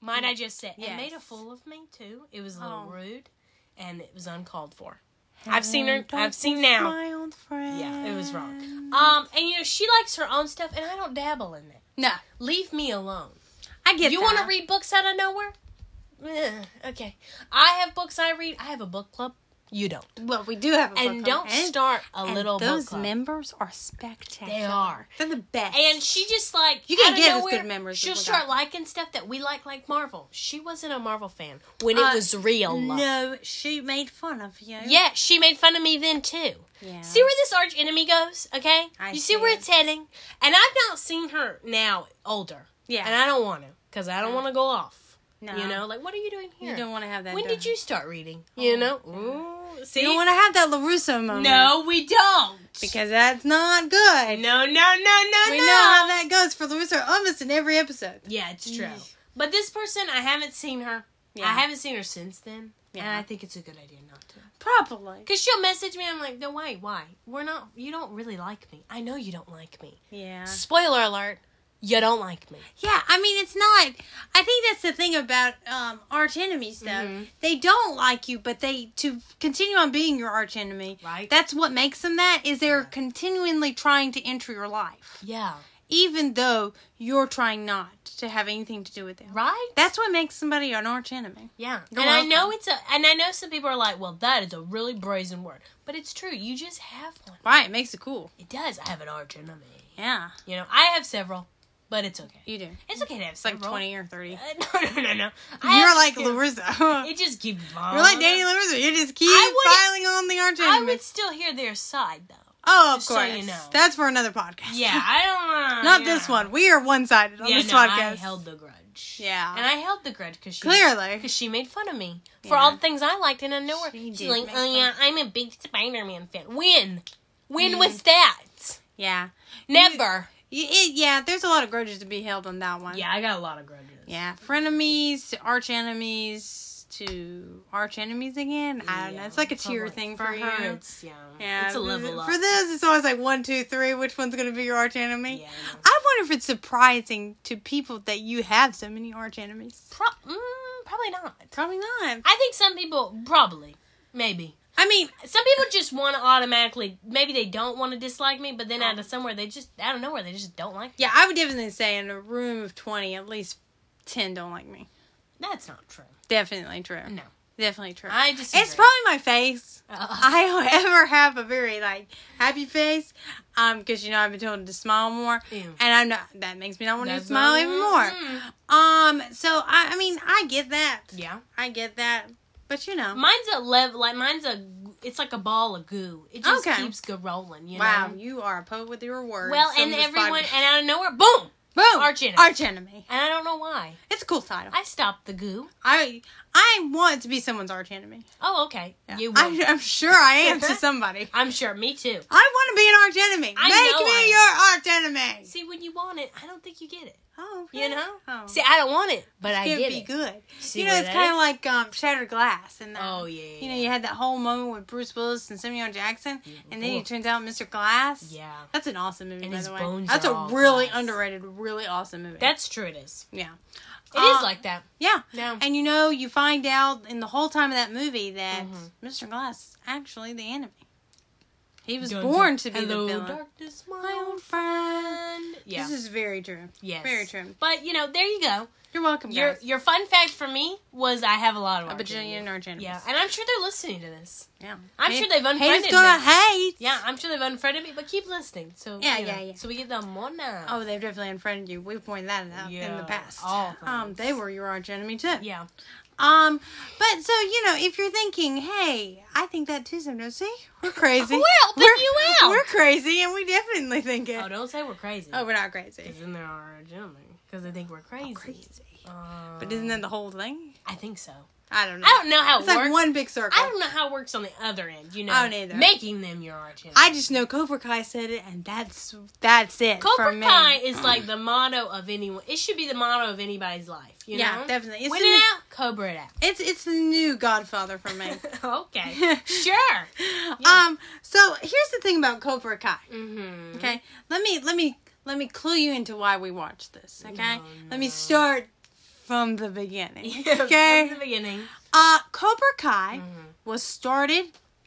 A: Might I just say? It
B: Yes.
A: made a fool of me too. It was a little
B: Oh.
A: rude, and it was uncalled for. I've seen her.
B: Don't
A: I've seen
B: kiss
A: now.
B: My old friend.
A: Yeah, it was wrong.
B: Mm.
A: Um, and you know she likes her own stuff, and I don't dabble in that.
B: No,
A: Leave me alone.
B: I get
A: you
B: that.
A: want to read books out of nowhere? Ugh, okay, I have books I read. I have a book club. You don't.
B: Well, we do have a
A: And
B: book club.
A: don't
B: And-
A: start a
B: and
A: little
B: Those
A: book club.
B: members are spectacular.
A: They are.
B: They're the best.
A: And she just like
B: You can't
A: out of
B: get as
A: nowhere,
B: good memories as
A: She'll
B: we
A: start
B: got.
A: liking stuff that we like, like Marvel. She wasn't a Marvel fan when it
B: Uh,
A: was real. love.
B: no, she made fun of you.
A: Yeah, she made fun of me then too.
B: Yeah.
A: See where this arch enemy goes, okay?
B: I
A: you
B: see
A: see where
B: it.
A: it's heading, and I've not seen her now older,
B: Yeah.
A: and I don't want to because I don't want to go off.
B: no.
A: You know, like what are you doing here?
B: You don't want to have that.
A: when
B: done.
A: did you start reading? You
B: Oh,
A: know, Ooh, see,
B: You don't want to have that Larusso moment.
A: no, we don't.
B: because that's not good.
A: no, no, no, no,
B: we
A: no.
B: know how that goes for Larusso almost in every episode.
A: yeah, it's true.
B: Yeesh.
A: But this person, I haven't seen her.
B: Yeah.
A: I haven't seen her since then, and
B: Yeah.
A: I think it's a good idea not to.
B: Probably.
A: Cause she'll message me, I'm like, no, why, why? We're not. You don't really like me. I know you don't like me.
B: Yeah.
A: Spoiler alert, you don't like me.
B: Yeah, I mean it's not. I think that's the thing about um, arch enemies, though.
A: Mhm.
B: They don't like you, but they to continue on being your arch enemy.
A: Right.
B: That's what makes them that is they're
A: Yeah.
B: continually trying to enter your life,
A: Yeah.
B: even though you're trying not to have anything to do with them.
A: Right.
B: That's what makes somebody an arch enemy.
A: yeah.
B: You're
A: and I
B: welcome.
A: know it's a. And I know some people are like, well, that is a really brazen word, but it's true. You just have one.
B: Right. It makes it cool.
A: It does. I have an arch enemy.
B: Yeah.
A: You know, I have several, but it's okay.
B: You do.
A: It's okay to have
B: It's like
A: several.
B: twenty or thirty.
A: Uh, no, no, no, no.
B: You're like
A: two.
B: Larissa.
A: It just keeps.
B: You're like Danny Larissa. You just keep
A: I would-
B: piling on the arch
A: I
B: enemy.
A: would still hear their side though.
B: Oh, of
A: so
B: course.
A: you know.
B: That's for another podcast.
A: Yeah, I don't want.
B: Not this one. We are one sided on
A: yeah,
B: this
A: no,
B: podcast.
A: I held the grudge.
B: Yeah.
A: and I held the grudge because she
B: Clearly.
A: because she made fun of me for
B: Yeah.
A: all the things I liked and I know her.
B: She
A: She's
B: did
A: like,
B: make
A: oh
B: fun.
A: yeah, I'm a big Spider-Man fan. When?
B: Mm.
A: When was that?
B: Yeah.
A: Never.
B: Y- it- yeah, there's a lot of grudges to be held on that one.
A: yeah, I got a lot of grudges.
B: Yeah. Frenemies to arch enemies to arch enemies again. I don't know. It's like a tier
A: Probably.
B: thing for,
A: for, her.
B: you.
A: It's, yeah,
B: Yeah.
A: it's a level up.
B: For this, it's always like one, two, three. Which one's going to be your arch enemy?
A: yeah, I know.
B: I wonder if it's surprising to people that you have so many arch enemies.
A: Pro- mm, probably not.
B: Probably not.
A: I think some people probably, maybe.
B: I mean,
A: Some people just want to automatically. Maybe they don't want to dislike me, but then out of somewhere they just out of nowhere they just don't like. Me.
B: yeah, I would definitely say in a room of 20, at least 10 don't like me.
A: That's not true.
B: Definitely true.
A: No,
B: Definitely true.
A: I just.
B: it's probably my face.
A: Uh,
B: I don't ever have a very like happy face, um, because you know I've been told to smile more,
A: Ew.
B: and I'm not. That makes me not want to
A: That's
B: smile
A: not-
B: even more.
A: Mm.
B: Um, so I, I mean, I get that.
A: yeah.
B: I get that, but you know,
A: Mine's a lev like mine's a it's like a ball of goo. It just
B: Okay.
A: keeps go rolling, you
B: wow,
A: know.
B: you are a poet with your words.
A: Well,
B: Some
A: and
B: of us find-
A: everyone and out of nowhere, boom!
B: boom,
A: Arch enemy.
B: arch enemy.
A: And I don't know why.
B: It's a cool title.
A: I stopped the goo.
B: I I want to be someone's arch enemy.
A: Oh, okay.
B: Yeah.
A: You
B: I,
A: won.
B: I'm sure I am to somebody.
A: I'm sure me too.
B: I want to be an arch enemy.
A: I know
B: Make me your arch enemy.
A: See when you want it, I don't think you get it.
B: Oh, okay.
A: You know?
B: Oh.
A: See, I don't want it, but I
B: It'd
A: get
B: be
A: it.
B: good.
A: See
B: you know,
A: what
B: it's
A: that
B: kind
A: is?
B: of like um, Shattered Glass, and
A: Oh yeah.
B: you know, you had that whole moment with Bruce Willis and Samuel Jackson, and then he turns out Mr. Glass.
A: yeah.
B: that's an awesome movie,
A: And
B: by
A: his
B: the way.
A: bones
B: that's
A: are
B: a
A: all
B: really
A: glass.
B: underrated, really awesome movie.
A: That's true. It is.
B: yeah,
A: It is
B: Uh,
A: like that.
B: yeah.
A: No.
B: And you know, you find out in the whole time of that movie that
A: Mhm.
B: Mr. Glass is actually the enemy. He was
A: Dun, dun.
B: born to be
A: Hello,
B: the villain.
A: darkness, my
B: My
A: old
B: old friend.
A: friend. Yeah.
B: This is very true.
A: yes.
B: Very true.
A: But you know, there you go.
B: You're welcome,
A: Your
B: guys.
A: your fun fact for me was I have a lot of
B: A
A: arch
B: bajillion
A: enemies.
B: arch enemies.
A: Yeah, and I'm sure they're listening to this.
B: Yeah.
A: I'm
B: Hey-
A: sure they've unfriended
B: Hate's gonna
A: me.
B: hate.
A: Yeah, I'm sure they've unfriended me, but keep listening. So
B: Yeah,
A: you know,
B: yeah, yeah.
A: So we get them one now.
B: Oh, they've definitely unfriended you. We've pointed that out in
A: Yeah,
B: the past.
A: all
B: um,
A: things.
B: they were your arch enemy too.
A: yeah,
B: Um, but so you know, if you're thinking, hey, I think that too. Sometimes see, we're crazy.
A: We're helping
B: We're-
A: Oh, you out.
B: We're crazy, and we definitely think it.
A: Oh, don't say we're crazy.
B: Oh, we're not crazy.
A: because then they're our gentlemen because they think we're crazy. Um,
B: But isn't that the whole thing?
A: I think so.
B: I don't know.
A: I don't know how it
B: it's
A: works.
B: like one big circle.
A: I don't know how it works on the other end. You know,
B: I don't either.
A: making them your arch enemy.
B: I just know Cobra Kai said it, and that's that's it. for
A: Cobra
B: me.
A: Kai is like the motto of anyone. It should be the motto of anybody's life. You
B: yeah,
A: know?
B: definitely. It's
A: Win
B: the
A: it
B: new-
A: out, Cobra it out.
B: It's it's the new Godfather for me.
A: okay, sure. Yeah.
B: Um. So here's the thing about Cobra Kai.
A: Mm-hmm.
B: Okay. Let me let me let me clue you into why we watched this. Okay.
A: No,
B: Let me
A: no.
B: start from the beginning.
A: okay.
B: okay.
A: From the beginning.
B: Uh, Cobra Kai
A: Mhm.
B: was started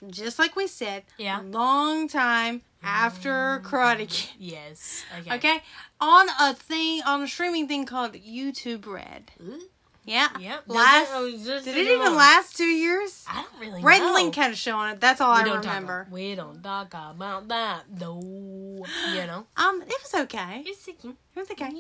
B: just like we said,
A: Yeah. Mm.
B: long time after Karate Kid.
A: Yes. Okay.
B: Okay, on a thing on a streaming thing called YouTube Red.
A: Ooh,
B: Yeah.
A: Yep. Does
B: Last.
A: it- oh, just
B: did
A: leave
B: it
A: it
B: even
A: alone.
B: last two years?
A: I don't really
B: Red
A: know.
B: and Link had a show on it. That's all
A: we
B: I
A: don't
B: remember.
A: Talk, we don't talk about that, though. You know?
B: Um, it was okay.
A: You're seeking.
B: It was okay.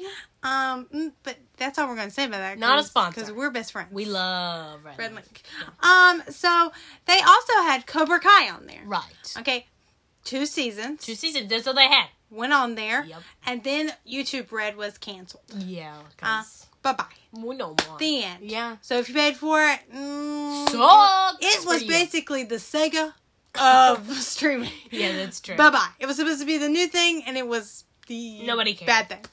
B: Um, mm, but that's all we're gonna say about that.
A: Not a
B: 'cause-
A: sponsor.
B: Cause we're best friends.
A: We love Red,
B: Red
A: Link.
B: Link. Um, so they also had Cobra Kai on there.
A: Right.
B: Okay, two seasons
A: Two seasons. That's all they had.
B: went on there,
A: Yep.
B: and then YouTube Red was canceled.
A: Yeah.
B: Uh,
A: Cause
B: bye bye.
A: we no more.
B: The end.
A: Yeah.
B: So if you paid for it, mm,
A: Sucks
B: it
A: for
B: was uh,
A: you.
B: basically the Sega of streaming.
A: Yeah, that's true.
B: Bye bye. It was supposed to be the new thing, and it was the
A: Nobody cared.
B: bad thing.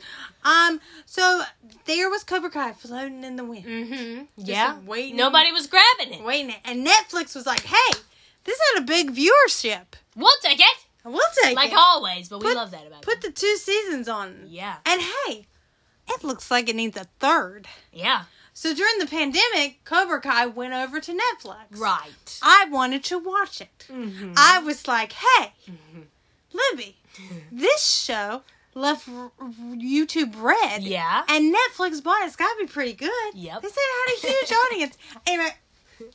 B: Um, so there was Cobra Kai floating in the wind,
A: Mm-hmm. Yeah.
B: waiting.
A: Nobody was grabbing it.
B: waiting, it. and Netflix was like, "Hey, this had a big viewership.
A: We'll take it.
B: We'll take
A: Like
B: it.
A: always, but we
B: Put-
A: love that about
B: Put
A: it.
B: the two seasons on,
A: Yeah.
B: and hey, it looks like it needs a third.
A: Yeah.
B: So during the pandemic, Cobra Kai went over to Netflix.
A: Right.
B: I wanted to watch it.
A: Mm-hmm.
B: I was like, hey, Libby, this show left r- r- YouTube red.
A: Yeah.
B: And Netflix bought it. It's got to be pretty good.
A: Yep.
B: They said it had a huge audience. Anyway,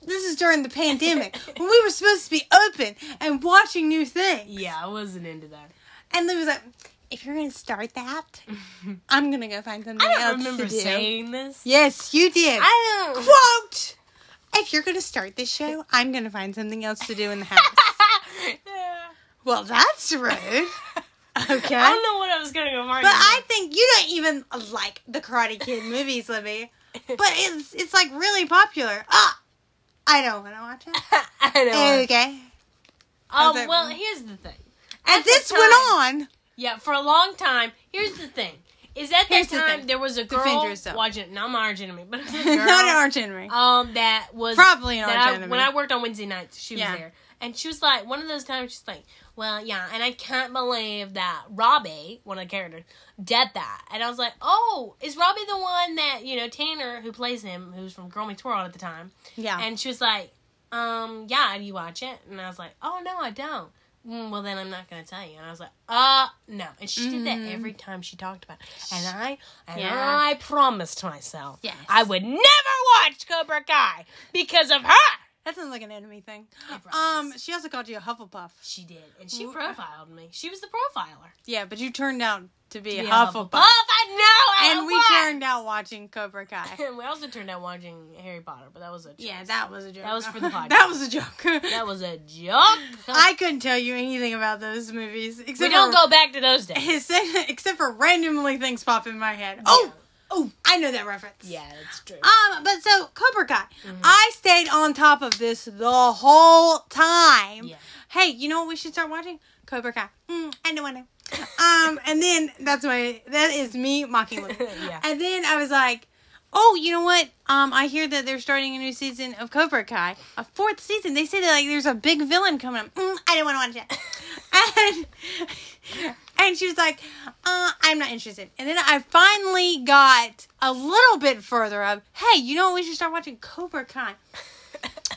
B: this is during the pandemic when we were supposed to be open and watching new things.
A: Yeah, I wasn't into that.
B: And Libby was like, if you're going to start that, I'm going to go find something
A: I
B: else
A: don't
B: to
A: remember
B: do.
A: saying this.
B: yes, you did.
A: I don't.
B: Quote. If you're going to start this show, I'm going to find something else to do in the house. Well, that's rude. okay.
A: I don't know what I was gonna go mark.
B: but I think you don't even like the Karate Kid movies, Libby. But it's it's like really popular. Ah, I don't want to watch it.
A: I know.
B: Okay.
A: Um,
B: Okay.
A: well, here's the thing.
B: And
A: the
B: this
A: time-
B: went on.
A: Yeah, for a long time. Here's the thing. Is at that
B: Here's the
A: time
B: thing.
A: there was a girl
B: Defend yourself.
A: watching, not my arch enemy, but it was a girl,
B: Not an arch enemy.
A: um, that was
B: Probably an
A: that
B: arch
A: I-
B: enemy.
A: When I worked on Wednesday nights, she was
B: Yeah.
A: there, and she was like, one of those times, she's like, "Well, yeah," and I can't believe that Robbie, one of the characters, did that, and I was like, "Oh, is Robbie the one that you know Tanner, who plays him, who's from Girl Meets World at the time?"
B: yeah.
A: And she was like, um, yeah, do you watch it? And I was like, oh, no, I don't. Mm, well, then I'm not going to tell you. And I was like, uh, no. And she did that every time she talked about it. And I, and
B: Mm-hmm. Yeah.
A: I promised myself
B: Yes.
A: I would never watch Cobra Kai because of her.
B: that sounds like an enemy thing.
A: promise.
B: Um, she also called you a Hufflepuff.
A: She did. And she
B: Wh-
A: profiled me. She was the profiler.
B: Yeah, but you turned out to be a
A: Yeah,
B: Hufflepuff.
A: Hufflepuff, I know. I
B: And we
A: was.
B: turned out watching Cobra Kai.
A: And we also turned out watching Harry Potter, but that was a joke.
B: yeah, that was a joke.
A: was for the
B: that
A: podcast.
B: was a joke.
A: That was a joke.
B: I couldn't tell you anything about those movies except
A: we don't
B: for,
A: go back to those days.
B: His except for randomly things pop in my head. Oh, oh, I know that reference.
A: Yeah, Mm-hmm. that's true.
B: Um, but so Cobra Kai, I stayed on top of this the whole time.
A: Yeah.
B: Hey, you know what we should start watching? Cobra Kai. Mm, I know, I know. um, and then that's my that is me mocking Luke.
A: Yeah.
B: And then I was like, oh, you know what? Um, I hear that they're starting a new season of Cobra Kai, a fourth season. They say that like there's a big villain coming up. Mm, I didn't want to watch it. and and she was like, uh, I'm not interested. And then I finally got a little bit further up. Hey, you know what? We should start watching Cobra Kai.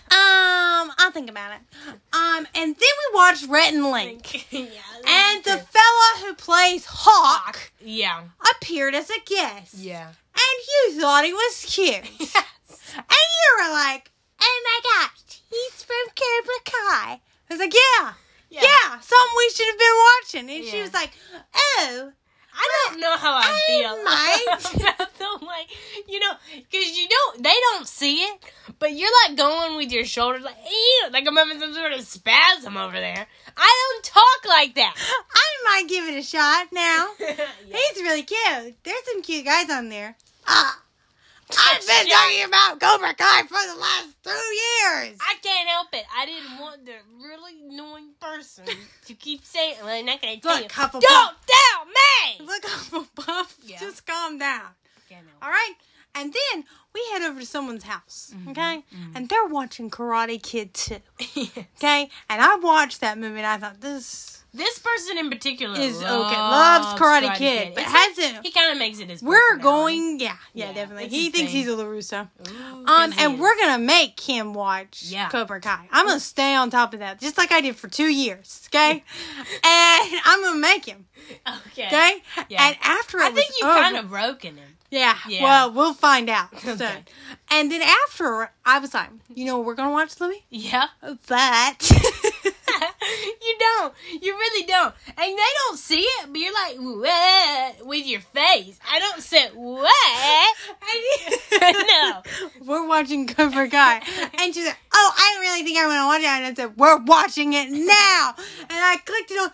B: Um, I'll think about it. Um, and then we watched Rhett and Link.
A: yeah.
B: And the fella who plays Hawk
A: yeah.
B: appeared as a guest.
A: Yeah.
B: And you thought he was cute. and you were like, oh my gosh, he's from Cobra Kai. I was like, yeah, yeah, something we should have been watching. And she
A: Yeah.
B: was like, oh,
A: I don't know how I,
B: I
A: feel.
B: might.
A: about them, like, you know, because you don't, they don't see it, but you're like going with your shoulders, like, ew, like I'm having some sort of spasm over there. I don't talk like that.
B: I might give it a shot now. He's really cute. There's some cute guys on there. Ah, I've been
A: Yeah.
B: talking about Cobra Kai for the last two years.
A: I can't help it. I didn't want the really annoying person to keep saying, well, I'm not going to tell you.
B: Look, Hufflepuff.
A: Don't tell me!
B: Look, Hufflepuff.
A: Yeah.
B: Just calm down.
A: Can't help
B: All right. And then we head over to someone's house,
A: Mm-hmm.
B: okay? And they're watching Karate Kid 2,
A: it.
B: okay? And I watched that movie and I thought, this
A: This person in particular
B: Is
A: loves
B: okay. Loves Karate Kid, but
A: It's like-
B: hasn't.
A: he kind of makes it his.
B: we're
A: personality.
B: going. Yeah, yeah,
A: Yeah,
B: definitely.
A: it's
B: He
A: his
B: thinks
A: thing.
B: he's a Larusso.
A: Ooh,
B: Um,
A: yes, he
B: and
A: is.
B: we're gonna make him watch
A: Yeah.
B: Cobra Kai. I'm gonna stay on top of that, just like I did for two years. Okay, and I'm gonna make him.
A: okay.
B: Okay,
A: Yeah.
B: and after it
A: I think
B: was
A: you
B: over-
A: kind of broken him.
B: Yeah.
A: Yeah.
B: Well, we'll find out soon.
A: Okay.
B: And then after, I was like, you know, we're gonna watch Louis,
A: Yeah.
B: but
A: you don't. You really don't. And they don't see it, but you're like, what? With your face. I don't say, what? no.
B: Eh? we're watching Cobra Kai. And she's like, oh, I don't really think I want to watch it. And I said, we're watching it now. And I clicked it on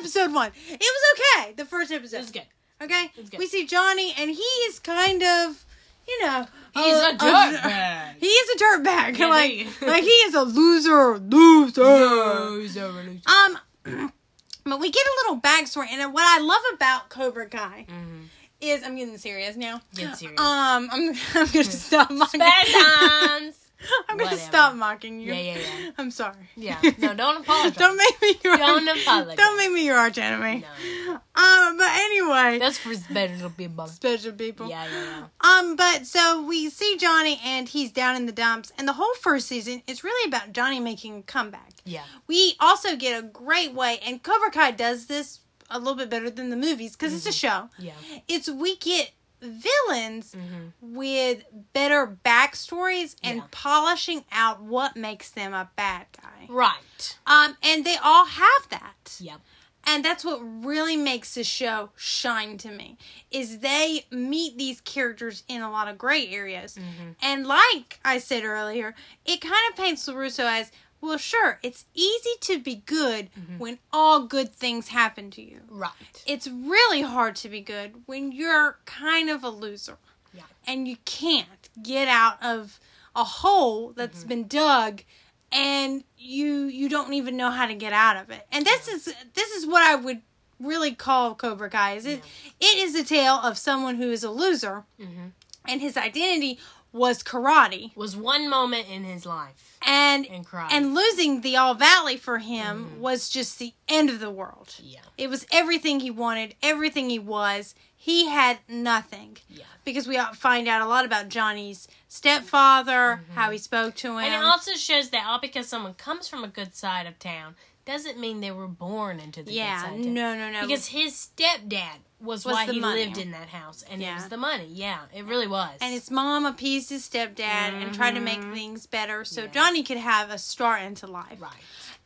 B: episode one. It was okay. The first episode.
A: It was good.
B: Okay.
A: It's good.
B: We see Johnny, and he is kind of, you know,
A: He's
B: uh,
A: a dirtbag.
B: He is a dirtbag.
A: Yeah,
B: like,
A: he-
B: like he is a loser, loser.
A: No, he's a loser.
B: Um, but we get a little backstory, and what I love about Cobra Kai
A: Mhm.
B: is I'm getting serious now.
A: Get serious.
B: Um, I'm I'm gonna stop mocking.
A: Bad times.
B: I'm gonna
A: Whatever.
B: stop mocking you.
A: Yeah, yeah, yeah.
B: I'm sorry.
A: Yeah. No, don't apologize.
B: don't make me your
A: Don't apologize.
B: Don't make me your arch enemy.
A: No.
B: Um, but anyway,
A: That's for special people.
B: special people.
A: Yeah, yeah, yeah.
B: Um, but so we see Johnny, and he's down in the dumps, and the whole first season is really about Johnny making a comeback.
A: Yeah.
B: we also get a great way, and Cobra Kai does this a little bit better than the movies because it's a show.
A: Yeah.
B: It's we get villains
A: Mm-hmm.
B: with better backstories and
A: Yeah.
B: polishing out what makes them a bad guy.
A: Right.
B: Um, and they all have that,
A: Yep.
B: and that's what really makes the show shine to me. Is they meet these characters in a lot of gray areas.
A: Mm-hmm.
B: And like I said earlier, it kind of paints LaRusso as well, sure, it's easy to be good
A: Mm-hmm.
B: when all good things happen to you.
A: Right.
B: It's really hard to be good when you're kind of a loser.
A: Yeah.
B: And you can't get out of a hole that's been dug and you you don't even know how to get out of it. And this is this is what I would really call Cobra Kai. Is it it is a tale of someone who is a loser
A: Mm-hmm.
B: and his identity was karate
A: Was one moment in his life
B: and
A: and cried.
B: and losing the all valley for him was just the end of the world
A: yeah.
B: it was everything he wanted everything he was he had nothing
A: Yeah.
B: because we find out a lot about johnny's stepfather how he spoke to him
A: Mm-hmm. And it also shows that all because someone comes from a good side of town doesn't mean they were born into the good
B: yeah
A: side of town.
B: no no no
A: Because his stepdad was,
B: Was
A: why
B: the
A: he
B: money.
A: lived in that house, and
B: Yeah.
A: it was the money. Yeah, it really was.
B: and his mom appeased his stepdad and tried to make
A: Mhm.
B: things better so
A: Yeah.
B: johnny could have a start into life
A: right.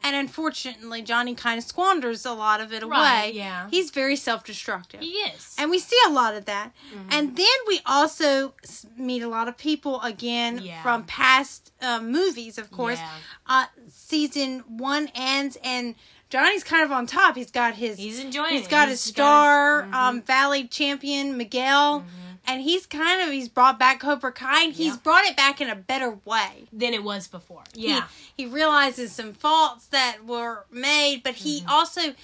B: and unfortunately johnny kind of squanders a lot of it away
A: Right, yeah.
B: he's very self-destructive
A: He Mm-hmm. is.
B: And we see a lot of that. And then we also s- meet a lot of people again
A: Yeah.
B: from past uh, movies, of course.
A: Yeah.
B: Uh, season one ends, and Johnny's kind of on top. He's got his.
A: He's enjoying
B: He's
A: it.
B: got his star
A: mhm.
B: um, Valley champion Miguel, and he's kind of he's brought back Cobra Kai. And He's
A: Yeah.
B: brought it back in a better way.
A: than it was before.
B: He-
A: Yeah.
B: he, realizes some faults that were made, but he
A: Mm-hmm.
B: also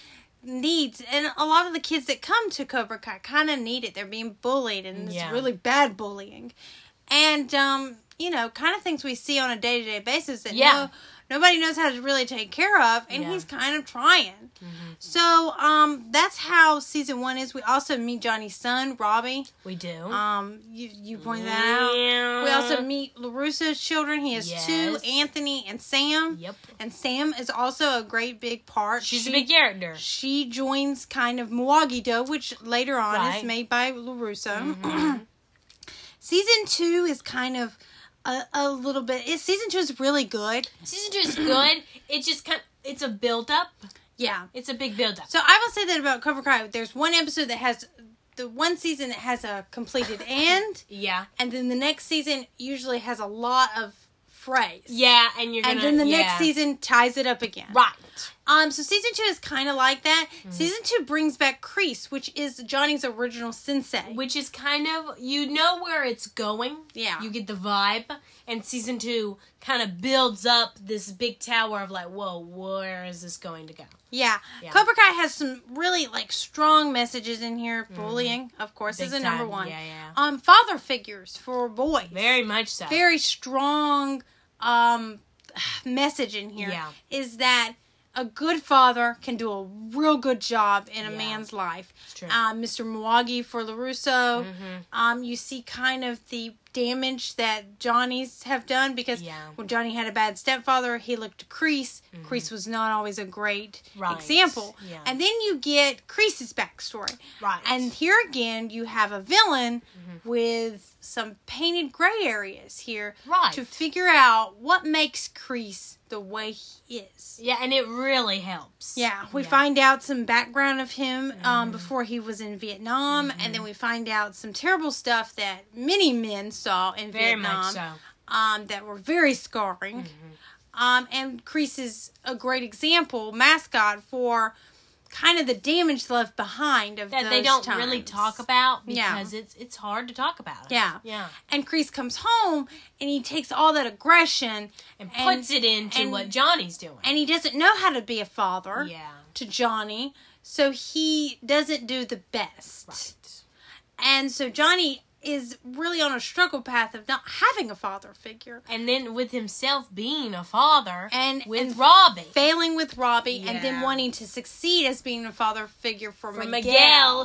B: needs, and a lot of the kids that come to Cobra Kai kind of need it. They're being bullied, and
A: Yeah.
B: it's really bad bullying, and um, you know, kind of things we see on a day to day basis that
A: Yeah.
B: no, nobody knows how to really take care of, and
A: Yeah.
B: he's kind of trying.
A: Mm-hmm.
B: So um, that's how season one is. We also meet Johnny's son, Robbie.
A: We do.
B: Um, you you point that out.
A: yeah.
B: We also meet LaRusso's children. He has two,
A: Uh-huh. Yes.
B: Anthony and Sam.
A: Yep.
B: And Sam is also a great big part.
A: She's
B: she,
A: a big character.
B: She joins kind of Milwaukee Dough, which later on is
A: Right. Mm-hmm.
B: made by LaRusso. season two is kind of a, a little bit. It, season two is really good.
A: Season two is good. It just kind it's a build up.
B: Yeah.
A: It's a big build up.
B: So I will say that about Cover Cry. There's one episode that has the one season that has a completed end,
A: Yeah.
B: and then the next season usually has a lot of phrase.
A: Yeah, and you're
B: and
A: gonna
B: then the next
A: yeah.
B: season ties it up again.
A: Right.
B: Um, so season two is kind of like that.
A: Mm.
B: Season two brings back Crease, which is Johnny's original sensei.
A: Which is kind of you know where it's going.
B: yeah,
A: You get the vibe, and season two kind of builds up this big tower of like, whoa, where is this going to go?
B: yeah.
A: Yeah.
B: Cobra Kai has some really like strong messages in here. Bullying, of course,
A: Mm-hmm. Big
B: is a
A: time.
B: number one.
A: Yeah, yeah.
B: Um, father figures for boys.
A: Very much so.
B: very strong um message in here is
A: Yeah.
B: that a good father can do a real good job in a
A: Yeah.
B: man's life.
A: It's true.
B: Um, Mr. Mwagi for LaRusso.
A: Mhm.
B: Um, you see kind of the damage that Johnny's have done because
A: Yeah. Mm-hmm.
B: when Johnny had a bad stepfather, he looked to Crease. Crease was not always a great
A: Right.
B: example.
A: Yeah.
B: And then you get Crease's backstory.
A: Right.
B: And here again, you have a villain
A: Mm-hmm.
B: with some painted gray areas here
A: Right.
B: to figure out what makes Crease the way he is.
A: yeah, and it really helps.
B: Yeah, we find out some background of him
A: Mm-hmm.
B: um, before he was in Vietnam, and then we find out some terrible stuff that many men saw in
A: very
B: Vietnam
A: much so. Mm-hmm.
B: um, that were very scarring. Um, and Crease is a great example, mascot for kind of the damage left behind of
A: That they
B: those
A: don't really
B: times.
A: talk about
B: Yeah.
A: because it's it's hard to talk about. It.
B: Yeah.
A: Yeah.
B: And Crease comes home and he takes all that aggression
A: And
B: And-
A: puts it into
B: and-
A: what Johnny's doing.
B: and he doesn't know how to be a father
A: yeah.
B: to Johnny, so he doesn't do the best.
A: Right.
B: And so Johnny is really on a struggle path of not having a father figure.
A: And then with himself being a father
B: And
A: with
B: and
A: Robbie.
B: failing with Robbie and
A: Yeah.
B: then wanting to succeed as being a father figure for,
A: from
B: Miguel.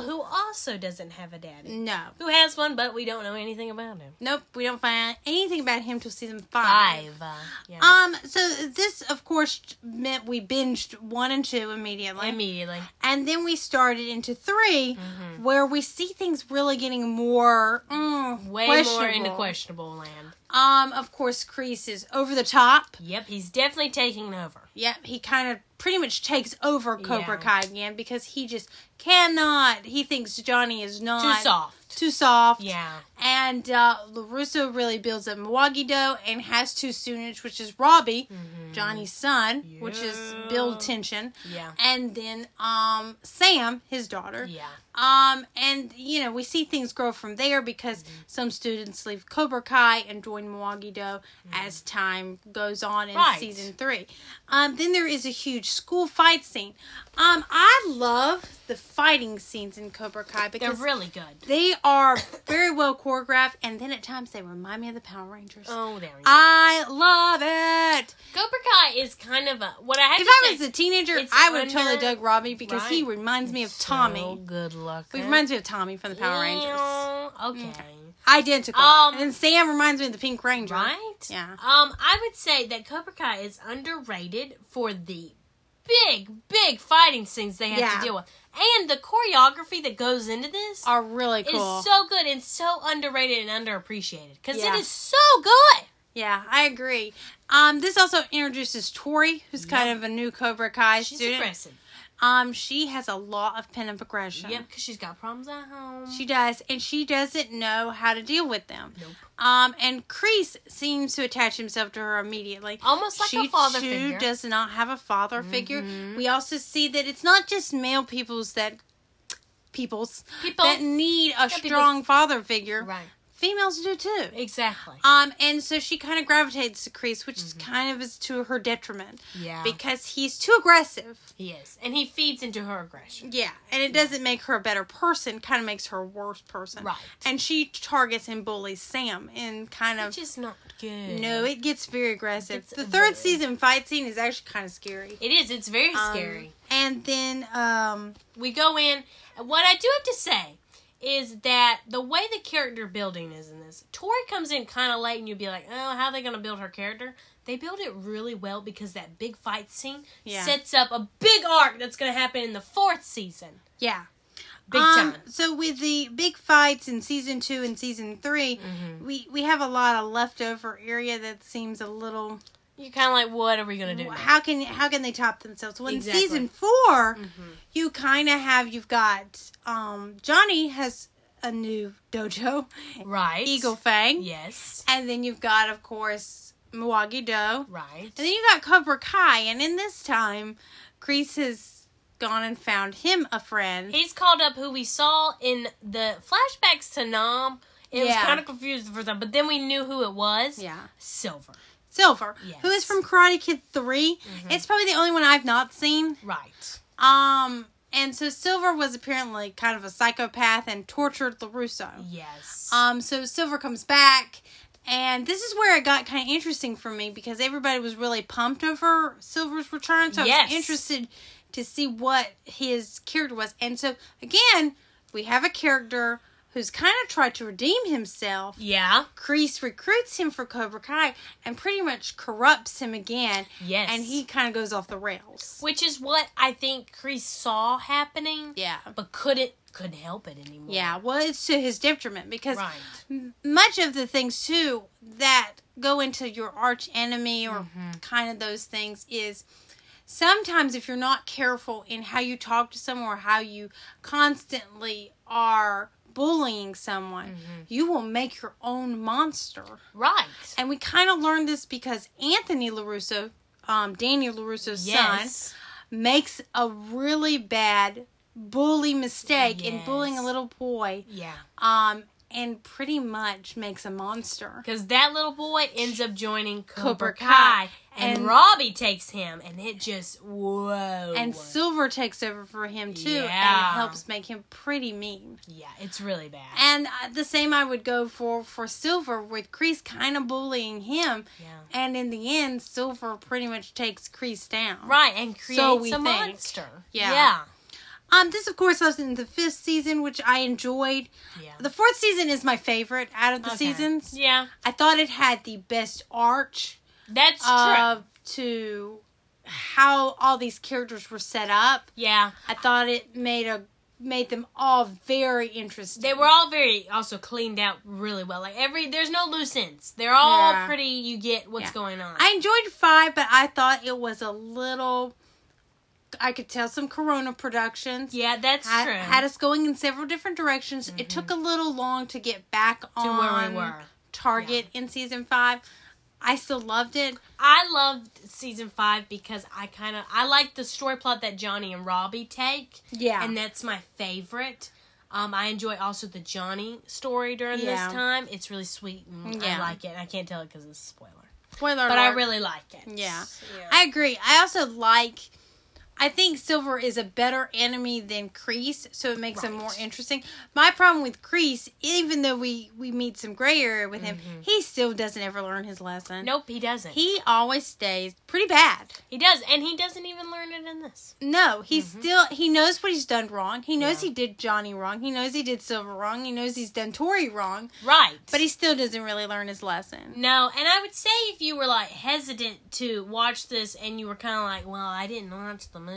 A: Miguel, who also doesn't have a daddy.
B: No.
A: Who has one, but we don't know anything about him.
B: Nope, we don't find out anything about him till season five.
A: Five. uh, yeah.
B: Um, so this, of course, meant we binged one and two immediately.
A: Immediately.
B: and then we started into 3
A: Mm-hmm.
B: where we see things really getting more mm,
A: Way more into
B: questionable.
A: questionable land.
B: Um, of course, Crease is over the top.
A: Yep, he's definitely taking over.
B: Yep, he kind of pretty much takes over
A: Yeah.
B: Cobra Kai again because he just cannot. He thinks Johnny is not
A: Too soft.
B: Too soft.
A: Yeah.
B: And uh, Larusso really builds up Milwaukee Doe and has two students, which is Robbie, Johnny's son, which is build tension,
A: Mm-hmm. Yeah.
B: and then um, Sam, his daughter.
A: Yeah.
B: Um, and you know, we see things grow from there because
A: Mm-hmm.
B: some students leave Cobra Kai and join Milwaukee Do as time goes on in
A: Mm-hmm. Right.
B: season three. Um, then there is a huge school fight scene. Um, I love the fighting scenes in Cobra Kai
A: They're
B: because
A: really good.
B: they are very well choreographed, and then at times they remind me of the Power Rangers.
A: Oh, there we go.
B: I love it.
A: Cobra Kai is kind of a what I have
B: If
A: to
B: I
A: say.
B: was a teenager,
A: it's
B: I would have totally
A: under-
B: dug Robbie because he
A: Right.
B: reminds me of
A: So
B: Tommy.
A: good luck.
B: He reminds me of Tommy from the Power Rangers. Mm.
A: Okay.
B: Identical.
A: Um,
B: and then Sam reminds me of the Pink Ranger.
A: Right?
B: Yeah.
A: Um, I would say that Cobra Kai is underrated for the big, big fighting scenes they have
B: Yeah.
A: to deal with. And the choreography that goes into this
B: Are really cool.
A: is so good and so underrated and underappreciated. Because
B: Yeah.
A: it is so good.
B: yeah, I agree. Um, this also introduces Tori, who's kind
A: Yep.
B: of a new Cobra Kai
A: She's
B: student.
A: aggressive.
B: Um, she has a lot of pent up aggression.
A: Yep, because she's got problems at home.
B: She does, and she doesn't know how to deal with them.
A: Nope.
B: Um, and Crease seems to attach himself to her immediately.
A: Almost like
B: she
A: a father
B: too
A: figure. Mm-hmm.
B: does not have a father figure. We also see that it's not just male peoples that peoples
A: People.
B: that need a
A: people-
B: strong father figure.
A: right.
B: Females do too.
A: Exactly.
B: Um, and so she kind of gravitates to Crease, which is kind of is to her detriment
A: Mm-hmm. yeah.
B: because he's too aggressive.
A: he is. And he feeds into her aggression.
B: Yeah, and it doesn't make her a better person; kind of makes her a worse person.
A: Right.
B: And she targets and bullies Sam, and kind of
A: Which is not good.
B: no, it gets very aggressive.
A: It's
B: the third
A: very-
B: season fight scene is actually kind of scary.
A: It is. It's very
B: Um,
A: scary.
B: and then, um,
A: we go in. What I do have to say is that the way the character building is in this, Tori comes in kind of late, and you'd be like, "Oh, how are they going to build her character?" They build it really well because that big fight scene
B: Yeah.
A: sets up a big arc that's going to happen in the fourth season,
B: yeah,
A: big
B: Um,
A: time.
B: So with the big fights in season two and season 3
A: Mm-hmm.
B: we we have a lot of leftover area that seems a little.
A: You're kind of like, "What are we going to do?" now?"
B: How can how can they top themselves? Well,
A: Exactly. Mm.
B: in season 4 you kind of have you've got um, Johnny has a new dojo,
A: Right,
B: Eagle Fang,
A: Yes,
B: and then you've got of course Milwaukee Do,
A: right.
B: and then you got Cobra Kai, and in this time, Kreese has gone and found him a friend.
A: He's called up who we saw in the flashbacks to Nam. It was
B: Yeah.
A: kind of confused the first time, but then we knew who it was.
B: yeah.
A: Silver.
B: Silver, who
A: Yes. Mm-hmm.
B: is from Karate Kid 3. It's probably the only one I've not seen.
A: Right.
B: Um, and so Silver was apparently kind of a psychopath and tortured LaRusso.
A: Yes.
B: Um, so Silver Um, comes back. And this is where it got kind of interesting for me because everybody was really pumped over Silver's return. So I
A: Yes.
B: was interested to see what his character was. And so, again, we have a character who's kind of tried to redeem himself.
A: Yeah.
B: Kreese recruits him for Cobra Kai and pretty much corrupts him again.
A: Yes.
B: And he kind of goes off the rails.
A: which is what I think Kreese saw happening.
B: Yeah.
A: But couldn't couldn't help it anymore.
B: Yeah, well, it's to his detriment because
A: Right.
B: m- much of the things too that go into your arch enemy or
A: Mm-hmm.
B: kind of those things is sometimes if you're not careful in how you talk to someone or how you constantly are bullying someone,
A: Mm-hmm.
B: you will make your own monster.
A: Right.
B: And we kind of learned this because Anthony Larusso, um, Danny Larusso's son,
A: Yes.
B: makes a really bad bully mistake in bullying a
A: Yes.
B: little boy
A: Yeah.
B: um, and pretty much makes a monster.
A: Because that little boy ends up joining Cobra,
B: Cobra
A: Kai,
B: Kai.
A: and,
B: And-
A: Robbie takes him, and it just whoa.
B: And Silver takes over for him too
A: Yeah.
B: and helps make him pretty mean.
A: yeah, it's really bad.
B: And uh, the same I would go for for Silver with Crease kind of bullying him.
A: yeah,
B: And in the end, Silver pretty much takes Crease down.
A: right, and creates
B: So
A: a
B: we think.
A: monster.
B: Yeah.
A: yeah,
B: Um, this of course was in the fifth season, which I enjoyed.
A: yeah.
B: The fourth season is my favorite out of the
A: Okay.
B: seasons.
A: Yeah,
B: I thought it had the best arch
A: that's true.
B: of to how all these characters were set up.
A: Yeah,
B: I thought it made a made them all very interesting.
A: they were all very also cleaned out really well. Like every there's no loose ends. They're all
B: Yeah.
A: pretty. You get what's
B: Yeah.
A: going on.
B: I enjoyed five, but I thought it was a little. I could tell some Corona productions.
A: yeah, that's
B: Had,
A: true. Mm-hmm.
B: had us going in several different directions. It took a little long to get back
A: to
B: on
A: where we were.
B: target in season five. I still loved it.
A: I loved season five because I kind of I like the story plot that Johnny and Robbie take.
B: Yeah,
A: and that's my favorite. Um, I enjoy also the Johnny story during
B: Yeah.
A: this time. It's really sweet and I
B: Yeah.
A: like it. I can't tell it because it's a spoiler,
B: spoiler.
A: but I
B: alert.
A: really like it.
B: Yeah.
A: yeah.
B: I agree. I also like. I think Silver is a better enemy than Crease, so it makes him
A: Right.
B: more interesting. My problem with Crease, even though we we meet some gray area with him, he still doesn't ever learn his lesson.
A: Mm-hmm. nope, he doesn't. He,
B: He always stays pretty bad.
A: does, and he doesn't even learn it in this.
B: No, he still he knows what he's done wrong. He knows
A: Mm-hmm. Yeah.
B: he did Johnny wrong. He knows he did Silver wrong. He knows he's done Tori wrong,
A: Right,
B: but he still doesn't really learn his lesson.
A: no. And I would say if you were like hesitant to watch this, and you were kind of like, "Well, I didn't watch the movies,"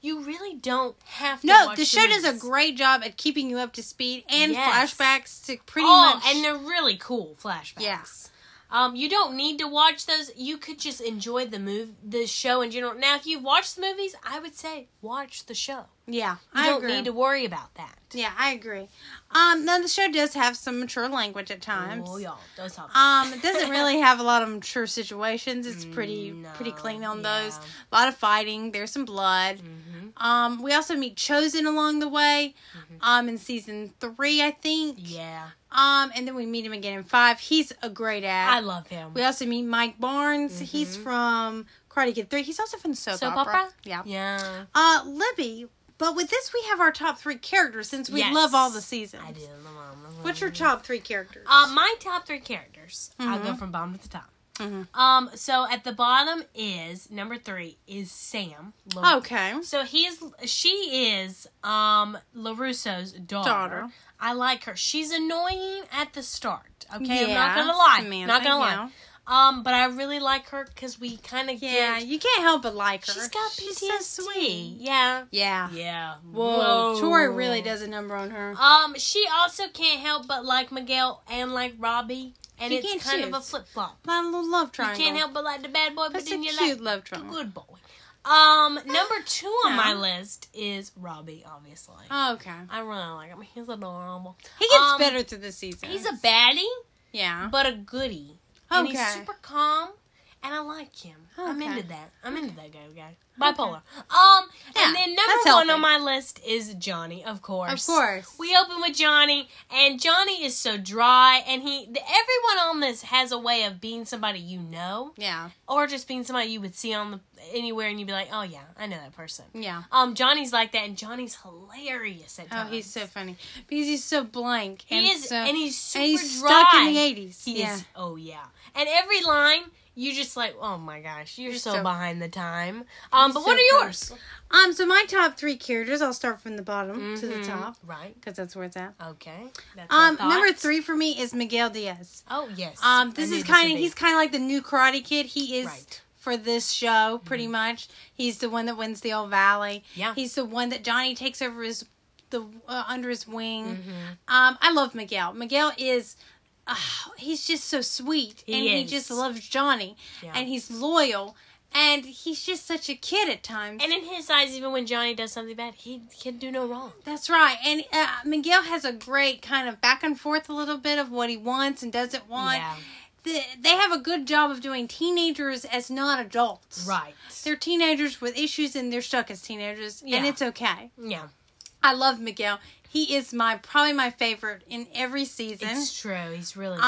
A: you really don't have to.
B: No,
A: watch
B: the show does a
A: movies. Oh,
B: great job at keeping you up to speed and
A: Yes.
B: flashbacks to pretty
A: oh,
B: much
A: and they're really cool flashbacks.
B: Yeah.
A: Um, you don't need to watch those. You could just enjoy the move, the show in general. Now, if you've watched the movies, I would say watch the show.
B: Yeah,
A: You
B: I
A: don't
B: agree.
A: need to worry about that.
B: Yeah, I agree. Um, now the show does have some mature language at times.
A: Oh, y'all, those help.
B: Um, it doesn't really have a lot of mature situations. It's pretty
A: No,
B: pretty clean on those.
A: Mm, yeah.
B: A lot of fighting. There's some blood.
A: Mhm.
B: Um, we also meet Chosen along the way. Um, in season three, I think.
A: Mm-hmm. Yeah,
B: Um, and then we meet him again in five. He's a great
A: I
B: act.
A: love him. Mm-hmm.
B: we also meet Mike Barnes. He's from Karate Kid Three. He's also from Soap,
A: Soap
B: Opera.
A: opera?
B: Yeah.
A: yeah,
B: Uh, Libby. But with this, we have our top three characters since we
A: Yes.
B: love all the seasons.
A: I do. Love him.
B: What's your top three characters?
A: Uh, my top three characters. I'll
B: Mm-hmm.
A: go from bottom to the top.
B: Mhm.
A: Um, so at the bottom is number three is Sam. Lil-
B: Oh, okay.
A: So he is. She is um Larusso's daughter.
B: Daughter.
A: I like her. She's annoying at the start. Okay, I'm
B: Yeah,
A: not gonna lie.
B: Samantha,
A: not gonna
B: yeah.
A: lie. Um, but I really like her because we kind of
B: Yeah,
A: get.
B: you can't help but like her.
A: She's got PTSD.
B: She's so sweet.
A: Yeah.
B: Yeah.
A: Yeah.
B: Whoa. Tori really does a number on her.
A: Um, she also can't help but like Miguel and like Robbie, and
B: You can't
A: it's kind of a
B: choose.
A: flip flop.
B: My little love
A: You
B: triangle.
A: can't help but like the bad boy, but
B: That's a
A: then you
B: cute
A: like
B: love
A: the
B: triangle. Eh,
A: good boy. Um, number two on my
B: No.
A: list is Robbie, obviously.
B: Oh, okay.
A: I really like him. He's adorable.
B: He gets
A: Um,
B: better through the season.
A: He's a baddie,
B: yeah.
A: but a goodie. And he's
B: Okay.
A: super calm. and I like him. I'm
B: Okay.
A: into that. I'm into that guy. guy. Bipolar. Um,
B: Yeah,
A: and then
B: that's
A: number one
B: healthy.
A: on my list is Johnny, of
B: Of
A: course.
B: course.
A: We open with Johnny, and Johnny is so dry, and he. The, everyone on this has a way of being somebody you know,
B: yeah.
A: or just being somebody you would see on the anywhere, and you'd be like, "Oh yeah, I know that person."
B: Yeah.
A: Um, Johnny's like that, and Johnny's hilarious at
B: Oh,
A: times.
B: he's so funny because he's so blank.
A: He
B: and
A: is,
B: so,
A: and he's super
B: and he's
A: dry.
B: stuck in the eighties.
A: He
B: yeah.
A: is. Oh yeah. And every line, you just like, oh my gosh, you're
B: He's
A: so,
B: so-
A: behind the time. Um, but
B: so
A: what are
B: funny.
A: yours?
B: Um. So my top three characters. I'll start from the bottom to the
A: Mhm.
B: top
A: Right.
B: because that's where it's at.
A: Okay. That's what I
B: Um.
A: thought.
B: Number three for me is Miguel Diaz.
A: Oh yes.
B: Um.
A: I
B: This
A: knew
B: is kind
A: would
B: of
A: be-
B: he's kind of like the new Karate Kid. He is.
A: right. Mm-hmm.
B: For this show, pretty much, he's the one that wins the Old Valley.
A: Yeah.
B: he's the one that Johnny takes over his the uh, under his wing.
A: Mhm.
B: Um, I love Miguel. Miguel is oh, he's just so sweet,
A: He
B: and he
A: is.
B: just loves Johnny,
A: Yeah.
B: and he's loyal, and he's just such a kid at times.
A: And in his eyes, even when Johnny does something bad, he can do no wrong.
B: That's right. And uh, Miguel has a great kind of back and forth a little bit of what he wants and doesn't want.
A: Yeah.
B: The, they have a good job of doing teenagers as not adults.
A: Right.
B: They're teenagers with issues and they're stuck as teenagers,
A: Yeah.
B: and it's okay.
A: yeah.
B: I love Miguel. He is my probably my favorite in every season.
A: It's true. He's really.
B: Um,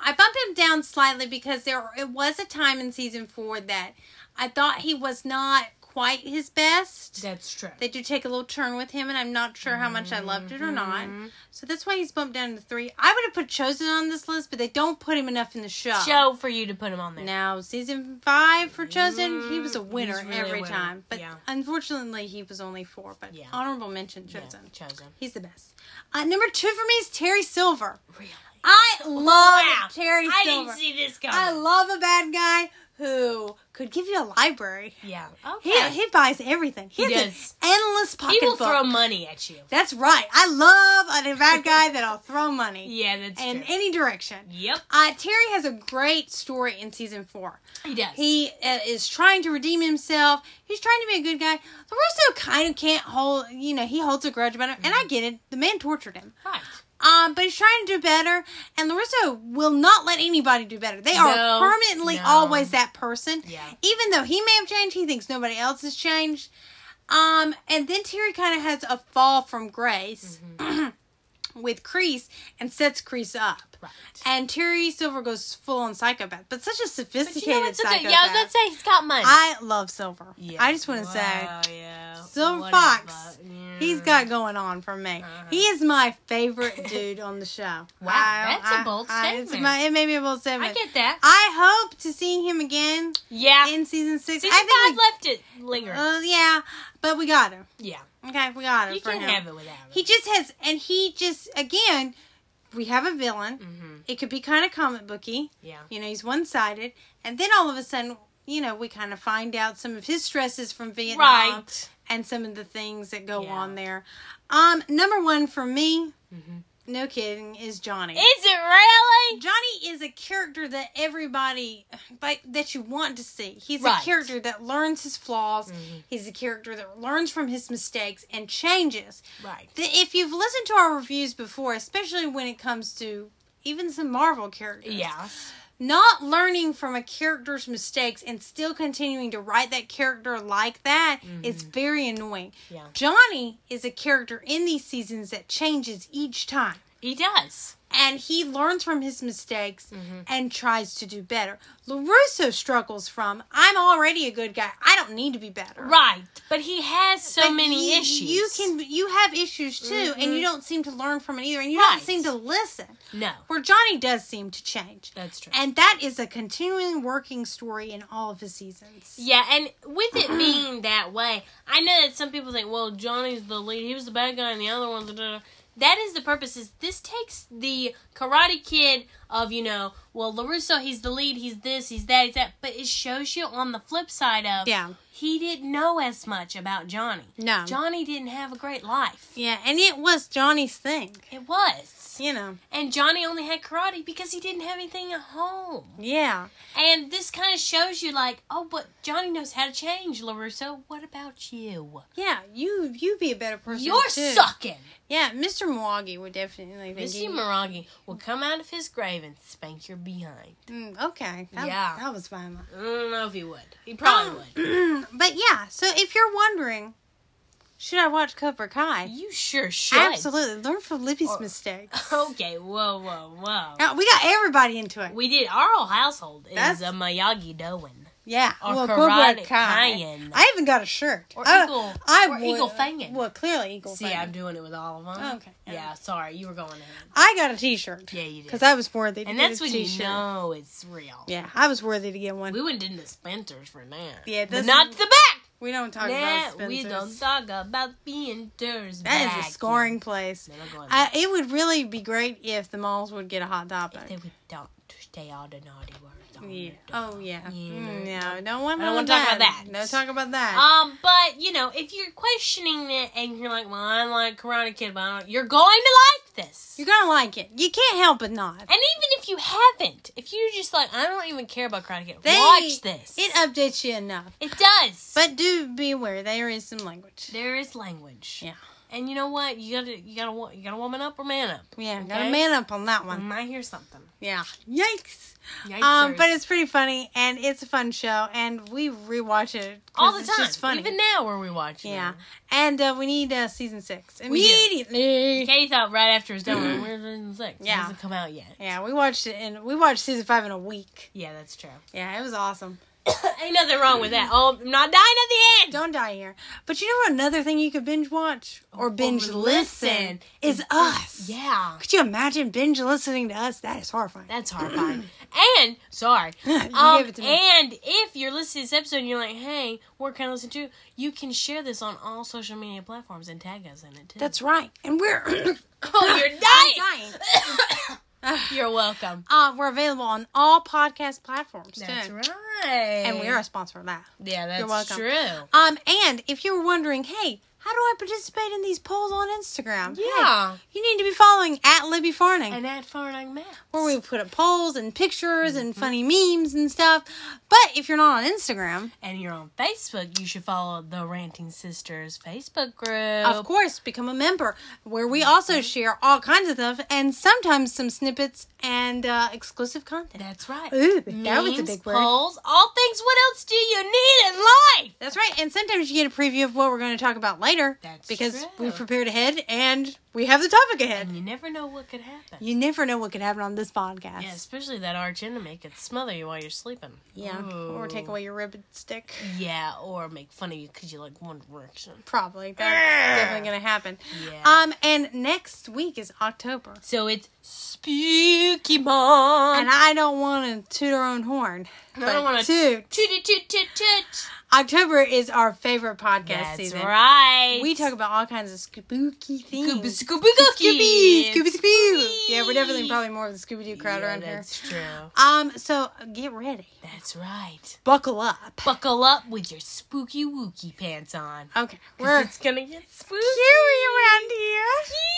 B: I bumped him down slightly because there it was a time in season four that I thought he was not quite his
A: good.
B: best.
A: That's true.
B: They do take a little turn with him, and I'm not sure how much I loved it or not.
A: Mhm.
B: So that's why he's bumped down to three. I would have put Chosen on this list, but they don't put him enough in the show.
A: Show for you to put him on there.
B: Now, season five for Chosen, he was a
A: Mm,
B: winner
A: he's really
B: every
A: a winner.
B: time. But
A: Yeah.
B: unfortunately, he was only four. But
A: Yeah.
B: honorable mention,
A: Yeah,
B: Chosen.
A: chosen.
B: He's the best. Uh, number two for me is Terry Silver.
A: Really.
B: I love
A: Wow.
B: Terry
A: I
B: Silver.
A: didn't see this coming.
B: I love a bad guy who could give you a library.
A: yeah.
B: He,
A: Okay.
B: he buys everything. He,
A: He
B: has
A: does.
B: an endless
A: he will
B: pocketbook.
A: throw money at you.
B: That's right. I love a bad guy that'll throw money
A: Yeah, that's
B: in
A: true.
B: any direction.
A: yep,
B: Uh, Terry has a great story in season four.
A: he does.
B: He uh, is trying to redeem himself. He's trying to be a good guy. LaRusso kind of can't hold, you know, he holds a grudge about it, and
A: Mm-hmm.
B: I get it. The man tortured him.
A: right.
B: Um, but he's trying to do better, and Larissa will not let anybody do better. They are
A: No,
B: permanently
A: no.
B: always that person.
A: Yeah.
B: Even though he may have changed, he thinks nobody else has changed. Um, and then Terry kind of has a fall from
A: Mm-hmm.
B: grace with Crease and sets Crease up.
A: Right.
B: And Terry Silver goes full on psychopath, but such a
A: But
B: sophisticated
A: you know what's okay?
B: psychopath.
A: Yeah, I was gonna say he's got money.
B: I love Silver.
A: yeah.
B: I just want to
A: Wow,
B: say
A: yeah.
B: Silver
A: What a
B: Fox,
A: bu- yeah.
B: he's got going on for me.
A: Uh-huh.
B: He is my favorite dude on the show. Wow,
A: that's a bold statement.
B: it may be a bold
A: I
B: statement.
A: get that.
B: I hope to see him again
A: Yeah.
B: in season six.
A: Season
B: I
A: five
B: think
A: left it lingering.
B: we, uh, yeah, but we got him.
A: yeah.
B: Okay, we got him
A: You
B: for
A: can't
B: him.
A: have it without him.
B: He just has, and he just again, we have a villain.
A: mm-hmm.
B: It could be kind of comic booky.
A: Yeah.
B: You know, he's one sided, and then all of a sudden, you know, we kind of find out some of his stresses from Vietnam
A: Right.
B: and some of the things that go
A: Yeah.
B: on there. Um, number one for me,
A: Mhm.
B: no kidding, is Johnny.
A: Is it really?
B: Johnny is a character that everybody but that you want to see. He's
A: Right. Mm-hmm.
B: a character that learns his flaws. He's a character that learns from his mistakes and changes.
A: Right.
B: The, if you've listened to our reviews before, especially when it comes to even some Marvel characters,
A: Yeah.
B: not learning from a character's mistakes and still continuing to write that character like that is very annoying.
A: Mm-hmm. Yeah.
B: Johnny is a character in these seasons that changes each time
A: He does.
B: and he learns from his mistakes
A: Mhm.
B: and tries to do better. LaRusso struggles from, I'm already a good guy. I don't need to be better.
A: Right. But he has so
B: But
A: many
B: you-
A: issues. Mm-hmm.
B: You can you have issues too, and you don't seem to learn from it either, and you
A: Right.
B: don't seem to listen.
A: No.
B: Where Johnny does seem to change.
A: That's true.
B: And that is a continuing working story in all of his seasons.
A: Yeah, and with it being that way, I know that some people think, well, Johnny's the lead, he was the bad guy, and the other one's. Da, da, da. That is the purpose. Is this takes the Karate Kid of you know, well, Larusso, he's the lead, he's this, he's that, he's that, but it shows you on the flip side of
B: Yeah.
A: he didn't know as much about Johnny.
B: No.
A: Johnny didn't have a great life.
B: yeah, and it was Johnny's thing.
A: It was.
B: You know.
A: And Johnny only had karate because he didn't have anything at home.
B: Yeah.
A: And this kind of shows you, like, oh, but Johnny knows how to change, LaRusso. What about you?
B: Yeah, you you be a better person.
A: You're
B: too.
A: sucking.
B: Yeah, Mr. Miyagi would definitely think
A: Mr.
B: you-
A: Miragi will come out of his grave and spank your behind.
B: Mm, okay. That,
A: Yeah.
B: That was violent.
A: I don't know if he would. He probably would.
B: but yeah, so if you're wondering, should I watch Cobra Kai?
A: You sure should.
B: Absolutely. Learn from Libby's
A: Or-
B: mistakes.
A: Okay, whoa, whoa, whoa.
B: Now, we got everybody into it.
A: We did. Our whole household is
B: That's-
A: a Miyagi Doan.
B: Yeah.
A: Or Karate
B: well, Cobra Kai.
A: Kai'an.
B: I even got a shirt.
A: Or
B: I,
A: Eagle-
B: I
A: or
B: would-
A: Eagle Fangin.
B: Well, clearly Eagle
A: See,
B: Fangin.
A: I'm doing it with all of them.
B: Okay.
A: Oh, Yeah, sorry. You were going in.
B: I got a T-shirt.
A: Yeah, you did.
B: Because I was worthy. To
A: And
B: get
A: that's
B: a
A: when you
B: t-shirt.
A: know it's real.
B: Yeah, I was worthy to get one.
A: We went into Spencer's for that.
B: Yeah,
A: but
B: this-
A: not the back.
B: We don't talk
A: Nah,
B: about Spencer's.
A: we don't talk about Spencer's
B: That
A: back.
B: is a scoring place.
A: They're going
B: I, it would really be great if the malls would get a hot
A: They
B: topic.
A: would don't stay all the naughty words. On
B: Yeah.
A: the door.
B: Oh yeah.
A: Yeah.
B: Mm, No, don't want.
A: I don't wanna talk about that.
B: No, talk about that.
A: Um, but you know, if you're questioning it and you're like, "Well, I like Karate Kid," but I don't, you're going to like this.
B: You're gonna like it. You can't help but not.
A: And even if you haven't, if you're just like, "I don't even care about Karate Kid,"
B: They-
A: watch this.
B: It updates you enough.
A: It does.
B: But do be aware there is some language.
A: there is language.
B: Yeah.
A: And you know what? You gotta, you gotta, wo- you gotta woman up or man up.
B: Yeah, gotta
A: Okay. Mm-hmm.
B: man up on that
A: I
B: one.
A: might hear something.
B: Yeah. Yikes.
A: Yikes,
B: Um, but
A: there's-
B: it's pretty funny and it's a fun show and we rewatch it 'cause
A: all the
B: it's
A: time.
B: Just funny.
A: Even now, we're rewatching.
B: yeah.
A: it.
B: And uh, we need uh, season six
A: We do.
B: immediately.
A: Katie thought right after it's done, we're in six. It
B: Mm-hmm. Yeah.
A: hasn't come out yet.
B: Yeah, we watched it and we watched season five in a week.
A: Yeah, that's true.
B: Yeah, it was awesome.
A: Ain't nothing wrong with that. Oh, I'm not dying at the end.
B: Don't die here. But you know what? Another thing you could binge watch or binge listen,
A: listen
B: is us.
A: Yeah.
B: Could you imagine binge listening to us? That is horrifying.
A: That's horrifying. and sorry.
B: You
A: Um,
B: gave it to me.
A: and if you're listening to this episode and you're like, hey, what can I listen to? You can share this on all social media platforms and tag us in it too.
B: That's right. And we're
A: oh, you're dying.
B: dying.
A: you're welcome.
B: Uh, we're available on all podcast platforms
A: That's
B: too.
A: right.
B: And we are a sponsor of that.
A: Yeah, that's
B: You're welcome.
A: true.
B: Um, and if you were wondering, hey, how do I participate in these polls on Instagram? Hey,
A: Yeah.
B: you need to be following at Libby Farning.
A: And at Farnang Maps.
B: where we put up polls and pictures and funny memes and stuff. But if you're not on Instagram,
A: and you're on Facebook, you should follow the Ranting Sisters Facebook group.
B: of course, become a member where we also share all kinds of stuff and sometimes some snippets and uh, exclusive content.
A: That's right.
B: Ooh, that was a
A: Memes,
B: big word.
A: polls, all things. What else do you need in life?
B: That's right, and sometimes you get a preview of what we're going to talk about later
A: That's
B: because
A: true.
B: we've prepared ahead and we have the topic ahead.
A: And you never know what could happen.
B: You never know what could happen on this podcast.
A: Yeah, especially that arch enemy could smother you while you're sleeping.
B: Yeah, or take away your ribbon stick.
A: Yeah, or make fun of you because you like One Direction.
B: Probably
A: Ah!
B: that's definitely going to happen.
A: Yeah.
B: Um, and next week is October.
A: so it's spooky month.
B: And I don't want to toot our own horn.
A: Um, I don't
B: but
A: wanna-
B: toot.
A: toot toot toot toot toot.
B: October is our favorite podcast
A: That's
B: season.
A: right.
B: We talk about all kinds of spooky things.
A: Scooby Scooby
B: Scooby,
A: Gookie.
B: Scooby, Scooby. Yeah, we're definitely probably more of the Scooby Doo crowd
A: yeah,
B: around here.
A: that's true.
B: Um, so get ready,
A: That's right.
B: buckle up.
A: Buckle up with your spooky wookie pants on.
B: Okay,
A: 'Cause
B: we're
A: it's gonna get spooky.
B: scary around here.